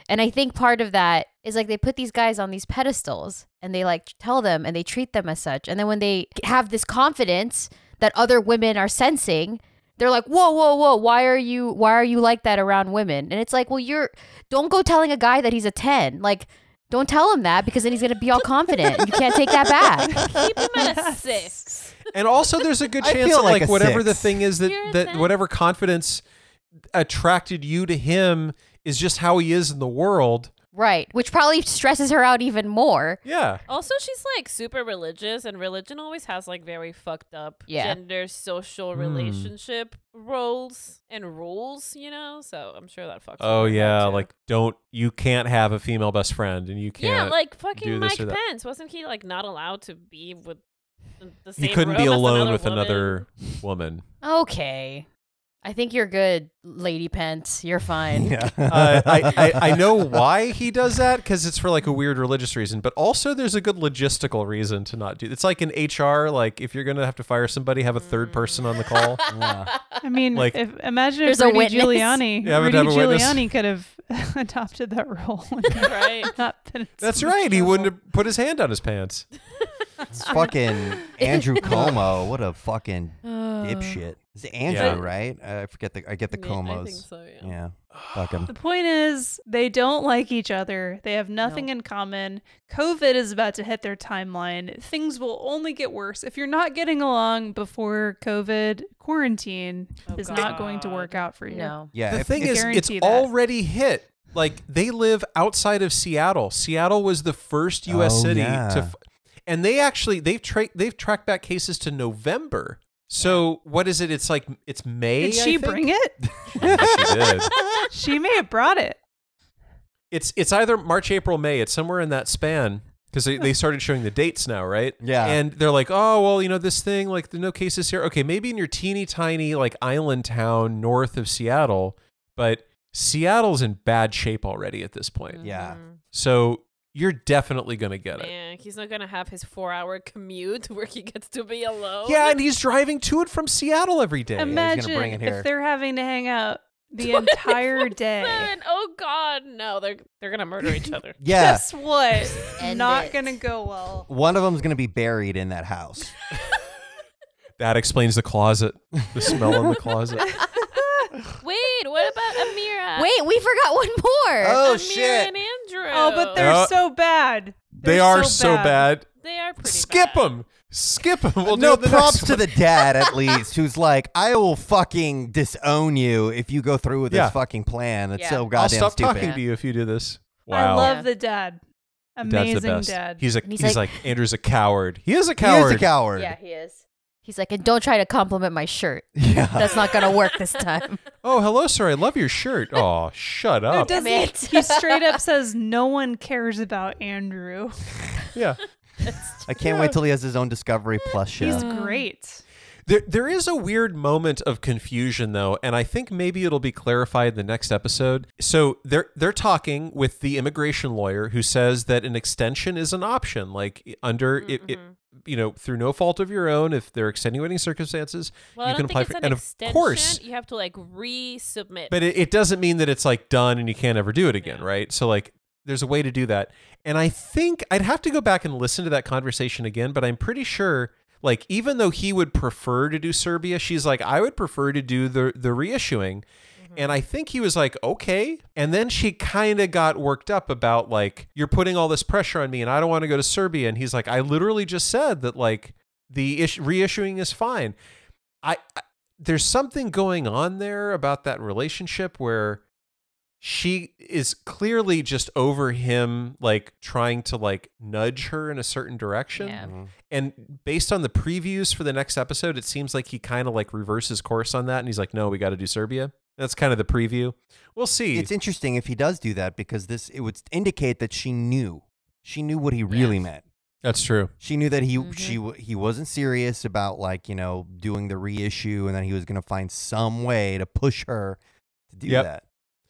And I think part of that is like they put these guys on these pedestals and they like tell them and they treat them as such. And then when they have this confidence that other women are sensing, they're like, "Whoa, whoa, whoa! Why are you? Why are you like that around women?" And it's like, "Well, you're don't go telling a guy that he's a ten. Like, don't tell him that because then he's gonna be all confident. you can't take that back.
keep him at a six.
And also, there's a good
I
chance
feel
that
like
like,
a
whatever the
six.
thing is that
You're a
that
six.
whatever confidence attracted you to him is just how he is in the world.
Right? Which probably stresses her out even more.
Yeah,
Also, she's like super religious, and religion always has like very fucked up
Yeah.
gender, social
Hmm.
relationship roles and rules, you know? So I'm sure that fucks
Oh
with her head,
yeah,
too.
like don't you can't have a female best friend, and you can't.
yeah, like
do
fucking
this
Mike
or that.
Pence. Wasn't he like not allowed to be with the- the same
you couldn't be
room as
alone
another
with
woman?
another woman.
Okay. I think you're good, Lady Pence. You're fine.
Yeah.
Uh, I, I I know why he does that because it's for like a weird religious reason, but also there's a good logistical reason to not do. It's like in HR, like if you're gonna have to fire somebody, have a third person on the call.
Yeah.
I mean,
Like-
if, imagine
There's
if
a
Rudy
witness.
Giuliani,
Yeah, I would
Rudy
have a witness.
Giuliani could have adopted that role. and
right?
not been in so
That's
much
right. He wouldn't
trouble.
have put his hand on his pants.
fucking Andrew Como. What a fucking dipshit. Is it
Yeah.
Andrew, right? Uh, I forget the I get the
Uh, Yeah,
Comos.
I think so, yeah.
Yeah. Fuck him.
The point is, they don't like each other. They have nothing
No.
in common. COVID is about to hit their timeline. Things will only get worse. If you're not getting along before COVID, quarantine
Oh,
is not going to
God.
work out for you.
No.
Yeah.
the
if-
thing
if-
is, it's
Guarantee that.
already hit. Like they live outside of Seattle. Seattle was the first U.S.
Oh,
city
yeah.
to, f- and they actually they've tra- they've tracked back cases to November. So what is it? It's like it's May.
Did she bring it?
it? she did.
she may have brought it.
It's it's either March, April, May. It's somewhere in that span because they, they started showing the dates now, right?
Yeah.
And they're like, oh well, you know this thing like the no cases here. Okay, maybe in your teeny tiny like island town north of Seattle, but Seattle's in bad shape already at this point.
Yeah.
Mhm.
So you're definitely gonna get it.
Man, he's not gonna have his four-hour commute where he gets to be alone.
Yeah, and he's driving to and from Seattle every day.
gonna
Imagine
bring it here.
if they're having to hang out the entire day.
Seven. Oh God, no! They're they're gonna murder each other.
yeah.
Guess what?
End
not
it.
gonna go well.
One of them's gonna be buried in that house.
That explains the closet, the smell in the closet.
Wait, what about Amira?
Wait, we forgot one more.
Oh,
Amira
shit.
and Andrew.
Oh, but they're
Yeah.
so bad.
They
They're
are so bad.
they are pretty.
Skip
bad.
them. Skip them. We'll
Uh, no
do the
props
next
to
one.
the dad at least, who's like, I will fucking disown you if you go through with
Yeah.
this fucking plan. It's
Yeah.
so goddamn
I'll stop
stupid.
talking to you if you do this.
I
Wow,
love the dad.
Dad's
Amazing
the best.
dad.
He's a
And he's
he's,
like-
like, Andrew's a coward. He is a
He is
coward.
a coward.
Yeah, he is. He's like, and don't try to compliment my shirt.
Yeah.
That's not gonna work this time.
Oh, hello, sir. I love your shirt. Oh, shut
No,
up.
does
Damn
he,
it.
he straight up says no one cares about Andrew.
yeah.
I can't wait till he has his own Discovery Plus show.
He's great.
There, there is a weird moment of confusion though, and I think maybe it'll be clarified in the next episode. So they're they're talking with the immigration lawyer who says that an extension is an option, like i- under it, it you know through no fault of your own, if there are extenuating circumstances,
Well,
you
I don't
can
think
apply
it's
for.
an
and
extension.
of course,
you have to like resubmit.
but it, it doesn't mean that it's like done and you can't ever do it again,
Yeah.
right? So like there's a way to do that. And I think I'd have to go back and listen to that conversation again, but I'm pretty sure like even though he would prefer to do Serbia, she's like I would prefer to do the the reissuing. And I think he was like, okay. And then she kind of got worked up about, like, you're putting all this pressure on me and I don't want to go to Serbia. And he's like, I literally just said that, like, the ish- reissuing is fine. I, I there's something going on there about that relationship where she is clearly just over him like trying to like nudge her in a certain direction
Yeah.
Mhm.
and based on the previews for the next episode it seems like he kind of like reverses course on that and he's like no we got to do serbia that's kind of the preview we'll see
It's interesting if he does do that because this it would indicate that she knew. She knew what he really meant.
That's true.
She knew that he
Mhm.
she w- he wasn't serious about like you know doing the reissue, and that he was going to find some way to push her to do
Yep.
that.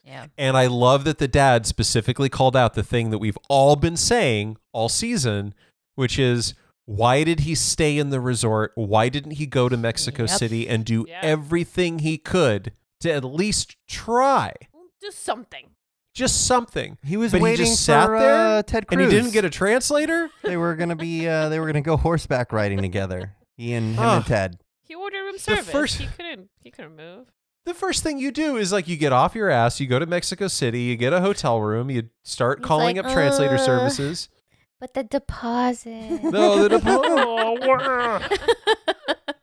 Yeah.
And I love that the dad specifically called out the thing that we've all been saying all season, which is why did he stay in the resort? Why didn't he go to Mexico
Yep.
City and do
Yeah.
everything he could to at least try
Just something.
just something?
He was
But he
waiting
just sat
for
there,
uh, Ted Cruz,
And he didn't get a translator?
they were going to be uh, they were going to go horseback riding together. He and him and
Ugh.
Ted.
He ordered room service.
first-
He couldn't. He couldn't move.
The first thing you do is like you get off your ass, you go to Mexico City, you get a hotel room, you start
He's
calling
like,
up translator
"Uh."
services.
But the deposit.
No, the deposit.
Oh, wah.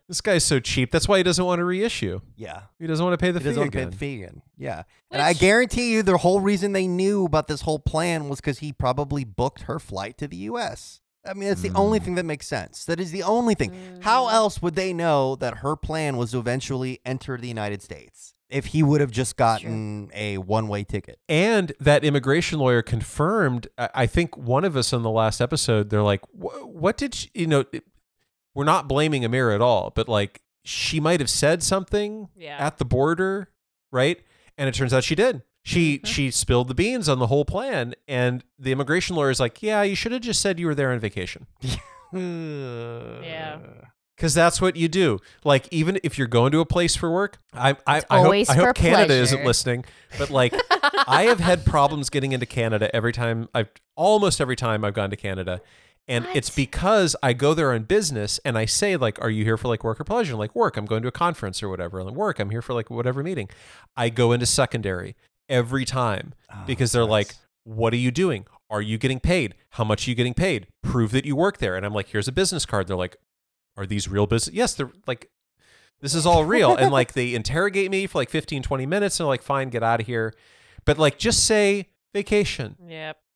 This guy's so cheap. That's why he doesn't want to reissue.
Yeah,
He doesn't want to pay the
he
fee
doesn't want to pay
again.
the fee again. Yeah, and I
Which-
guarantee you, the whole reason they knew about this whole plan was because he probably booked her flight to the U.S. I mean, that's the only
Mm.
thing that makes sense. That is the only thing. How
Mhm.
else would they know that her plan was to eventually enter the United States if he would have just gotten a one-way ticket?
And that immigration lawyer confirmed. I I think one of us in the last episode, they're like, "Wh- "What did she, you know?" it- We're not blaming Amir at all, but like she might have said something
yeah.
at the border, right? And it turns out she did. She
Mhm.
she spilled the beans on the whole plan, and the immigration lawyer is like, "Yeah, you should have just said you were there on vacation."
yeah.
Because that's what you do. Like, even if you're going to a place for work, I, I,
It's
I hope,
always
I hope
for
Canada isn't
pleasure.
listening, but like, I have had problems getting into Canada every time I've almost every time I've gone to Canada. And it's
What?
because I go there on business and I say, like, are you here for like work or pleasure? like, work, I'm going to a conference or whatever. And like, work, I'm here for like whatever meeting. I go into secondary every time
Ah,
because they're like, what are you doing? Are you getting paid? How much are you getting paid? Prove that you work there. And I'm like, here's a business card. They're like, are these real business? Yes, they're like, this is all real. and like, they interrogate me for like 15, 20 minutes and they're like, fine, get out of here. But like, just say vacation.
Yep.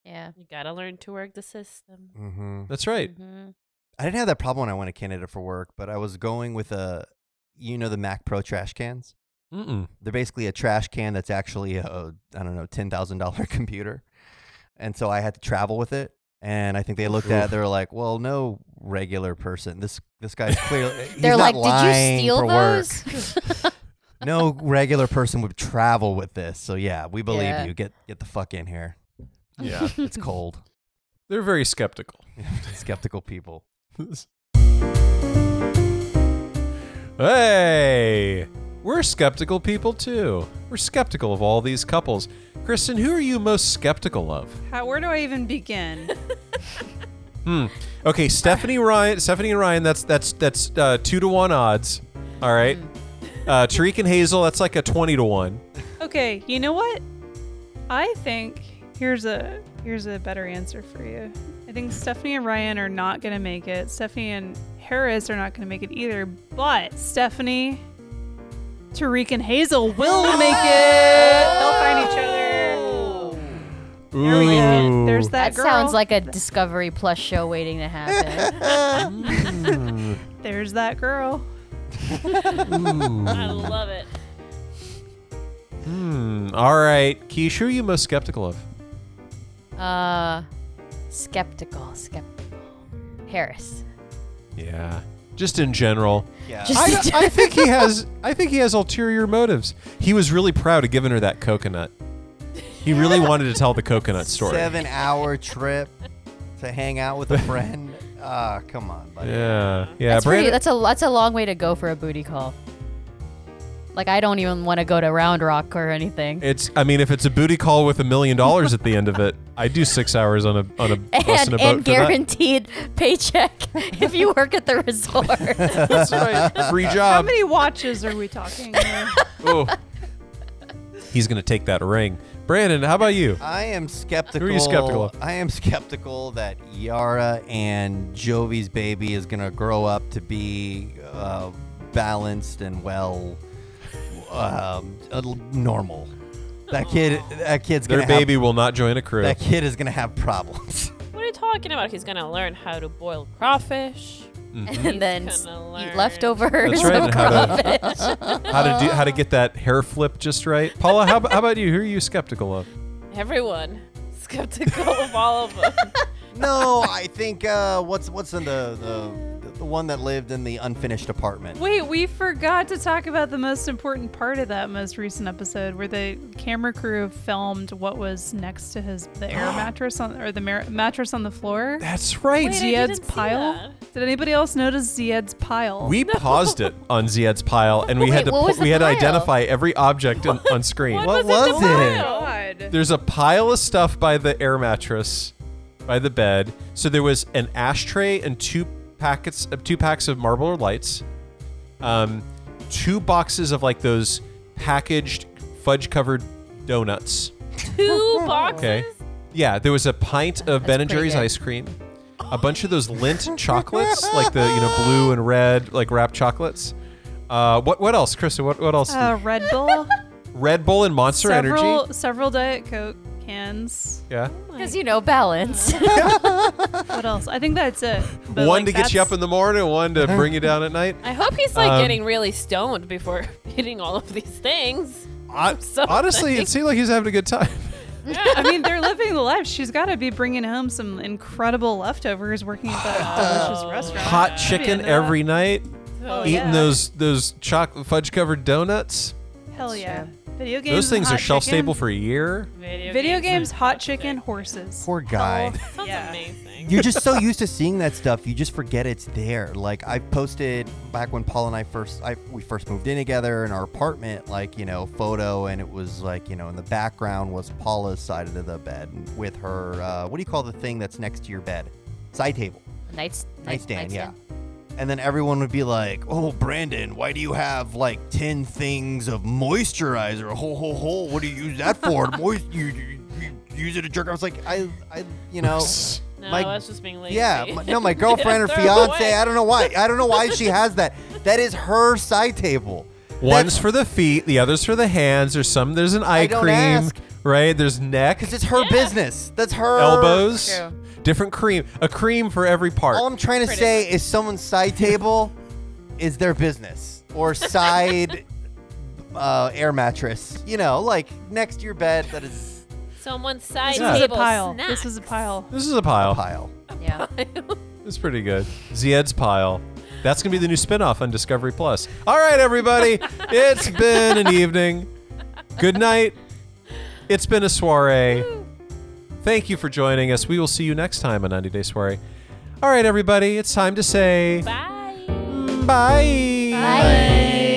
yeah.
You gotta learn to work the system.
hmm
That's right.
Mm-hmm.
Mhm.
I didn't have that problem when I went to Canada for work, but I was going with a, you know, the Mac Pro trash cans.
Mm-mm.
they're basically a trash can that's actually a I don't know ten thousand dollar computer, and so I had to travel with it. And I think they looked at it. They were like, "Well, no regular person. This this guy's clearly he's
They're
not
like, did
lying
you steal
for
those?
work. no regular person would travel with this. So yeah, we believe
Yeah.
you. Get get the fuck in here.
Yeah.
It's cold.
They're very skeptical.
Skeptical people.
hey, we're skeptical people too. We're skeptical of all these couples. Kristen, who are you most skeptical of?
How, where do I even begin?
Hmm. Okay, Stephanie Ryan, Stephanie and Ryan. That's that's that's uh, two to one odds. All right. Uh, Tariq and Hazel. That's like a twenty to one.
Okay, you know what? I think here's a here's a better answer for you. I think Stephanie and Ryan are not gonna make it. Stephanie and Harris are not gonna make it either. But Stephanie, Tariq, and Hazel will make it. They'll find each other. There we go. There's that,
That
girl.
sounds like a Discovery Plus show waiting to happen.
There's that girl.
I love it.
Hmm. All right, Keish, who are you most skeptical of?
uh, skeptical, skeptical. Harris.
Yeah. Just in general.
Yeah.
Just-
I, I think he has. I think he has ulterior motives. He was really proud of giving her that coconut. He really wanted to tell the coconut story.
Seven hour trip to hang out with a friend. Ah, come on, buddy.
Yeah. Yeah.
that's, pretty,
Brandon.
that's a that's a long way to go for a booty call. Like I don't even want to go to Round Rock or anything.
It's. I mean, if it's a booty call with a million dollars at the end of it, I do six hours on a on a bus and
and,
a boat
and
for that.
guaranteed paycheck if you work at the resort.
That's right. Free
How
job.
many watches are we talking? here?
Ooh. He's gonna take that ring. Brandon, how about you?
I am skeptical.
skeptical of?
I am skeptical that Yara and Jovi's baby is gonna grow up to be uh, balanced and well, um, uh, normal. That kid, that kid's
Their
gonna
baby
Have,
will not join a crew.
that kid is gonna have problems.
What are you talking about? He's gonna learn how to boil crawfish.
and then
He's
s-
gonna
eat
learn.
leftovers
That's right,
of
and how to-
crawfish.
How to do? How to get that hair flip just right? Paula, how, ab- how about you? Who are you skeptical of?
Everyone skeptical of all of them.
no, I think uh, what's what's in the, the the one that lived in the unfinished apartment.
Wait, we forgot to talk about the most important part of that most recent episode, where the camera crew filmed what was next to his the air mattress on or the mar- mattress on the floor.
That's right.
Wait, I
Ziad's
didn't see
pile.
that.
Did anybody else notice Ziad's pile?
we paused it on Ziad's pile, and we
Wait,
had to
what
pu-
was the
we had to
pile?
identify every object in, on screen.
What
was,
was
it?
it?
Oh.
God.
There's a pile of stuff by the air mattress, by the bed. So there was an ashtray and two packets, uh, two packs of Marlboro lights, um, two boxes of like those packaged fudge-covered donuts.
Two boxes.
Okay. Yeah, there was a pint of Ben and
pretty
Jerry's
good.
ice cream, a bunch of those lint chocolates, like the you know blue and red like wrapped chocolates. Uh, what what else, Krista? What what else?
Uh, Red Bull.
Red Bull and Monster
several
Energy.
several Diet Coke cans.
Yeah,
Because you know balance.
What else? I think that's it.
one
But, like,
to get you
that's-
up in the morning, one to bring you down at night.
I hope he's like
Um,
getting really stoned before hitting all of these things.
I,
so
honestly, it
thanks.
seemed like he's having a good time.
I mean, they're living the life. She's got to be bringing home some incredible leftovers working at that delicious restaurant.
Hot chicken
into that.
every night,
Oh,
eating
yeah.
those those chocolate fudge covered donuts.
Hell yeah. Video games.
those things
and
are
hot
shelf
chicken.
stable for a year.
Video,
Video games,
and
hot chicken, horses.
Poor guy.
Sounds
Yeah.
amazing.
You're just so used to seeing that stuff, you just forget it's there. Like I posted back when Paul and I first, I we first moved in together in our apartment, like you know, photo, and it was like you know, in the background was Paula's side of the bed with her. Uh, what do you call the thing that's next to your bed? Side table,
Nights, nights,
nightstand, yeah. And then everyone would be like, "Oh, Brandon, why do you have like ten things of moisturizer? Ho ho ho! What do you use that for? Moist? You, you, you use it to jerk?" I was like, "I, I, you know."
No,
My-
I was just being lazy.
Yeah, my, no, my girlfriend or
Throw it
fiance.
away.
I don't know why. I don't know why she has that. That is her side table.
One's for the feet, the other's for the hands. There's some. There's an eye
I don't
cream,
ask.
right? There's neck,
Because it's her business. That's her.
elbows,
True.
different cream, a cream for every part.
All I'm trying to
Pretty
say is someone's side table is their business or side uh, air mattress. You know, like next to your bed that is
Someone's side
This
Yeah.
was a
table
pile.
snacks.
This was a pile.
this is a
a
pile.
pile.
Yeah.
It's pretty good. Zied's pile. That's gonna be the new spinoff on Discovery Plus. All right, everybody, it's been an evening. Good night. It's been a soiree. Thank you for joining us. We will see you next time on 90 Day Soiree. All right, everybody, it's time to say
Bye.
bye.
Bye.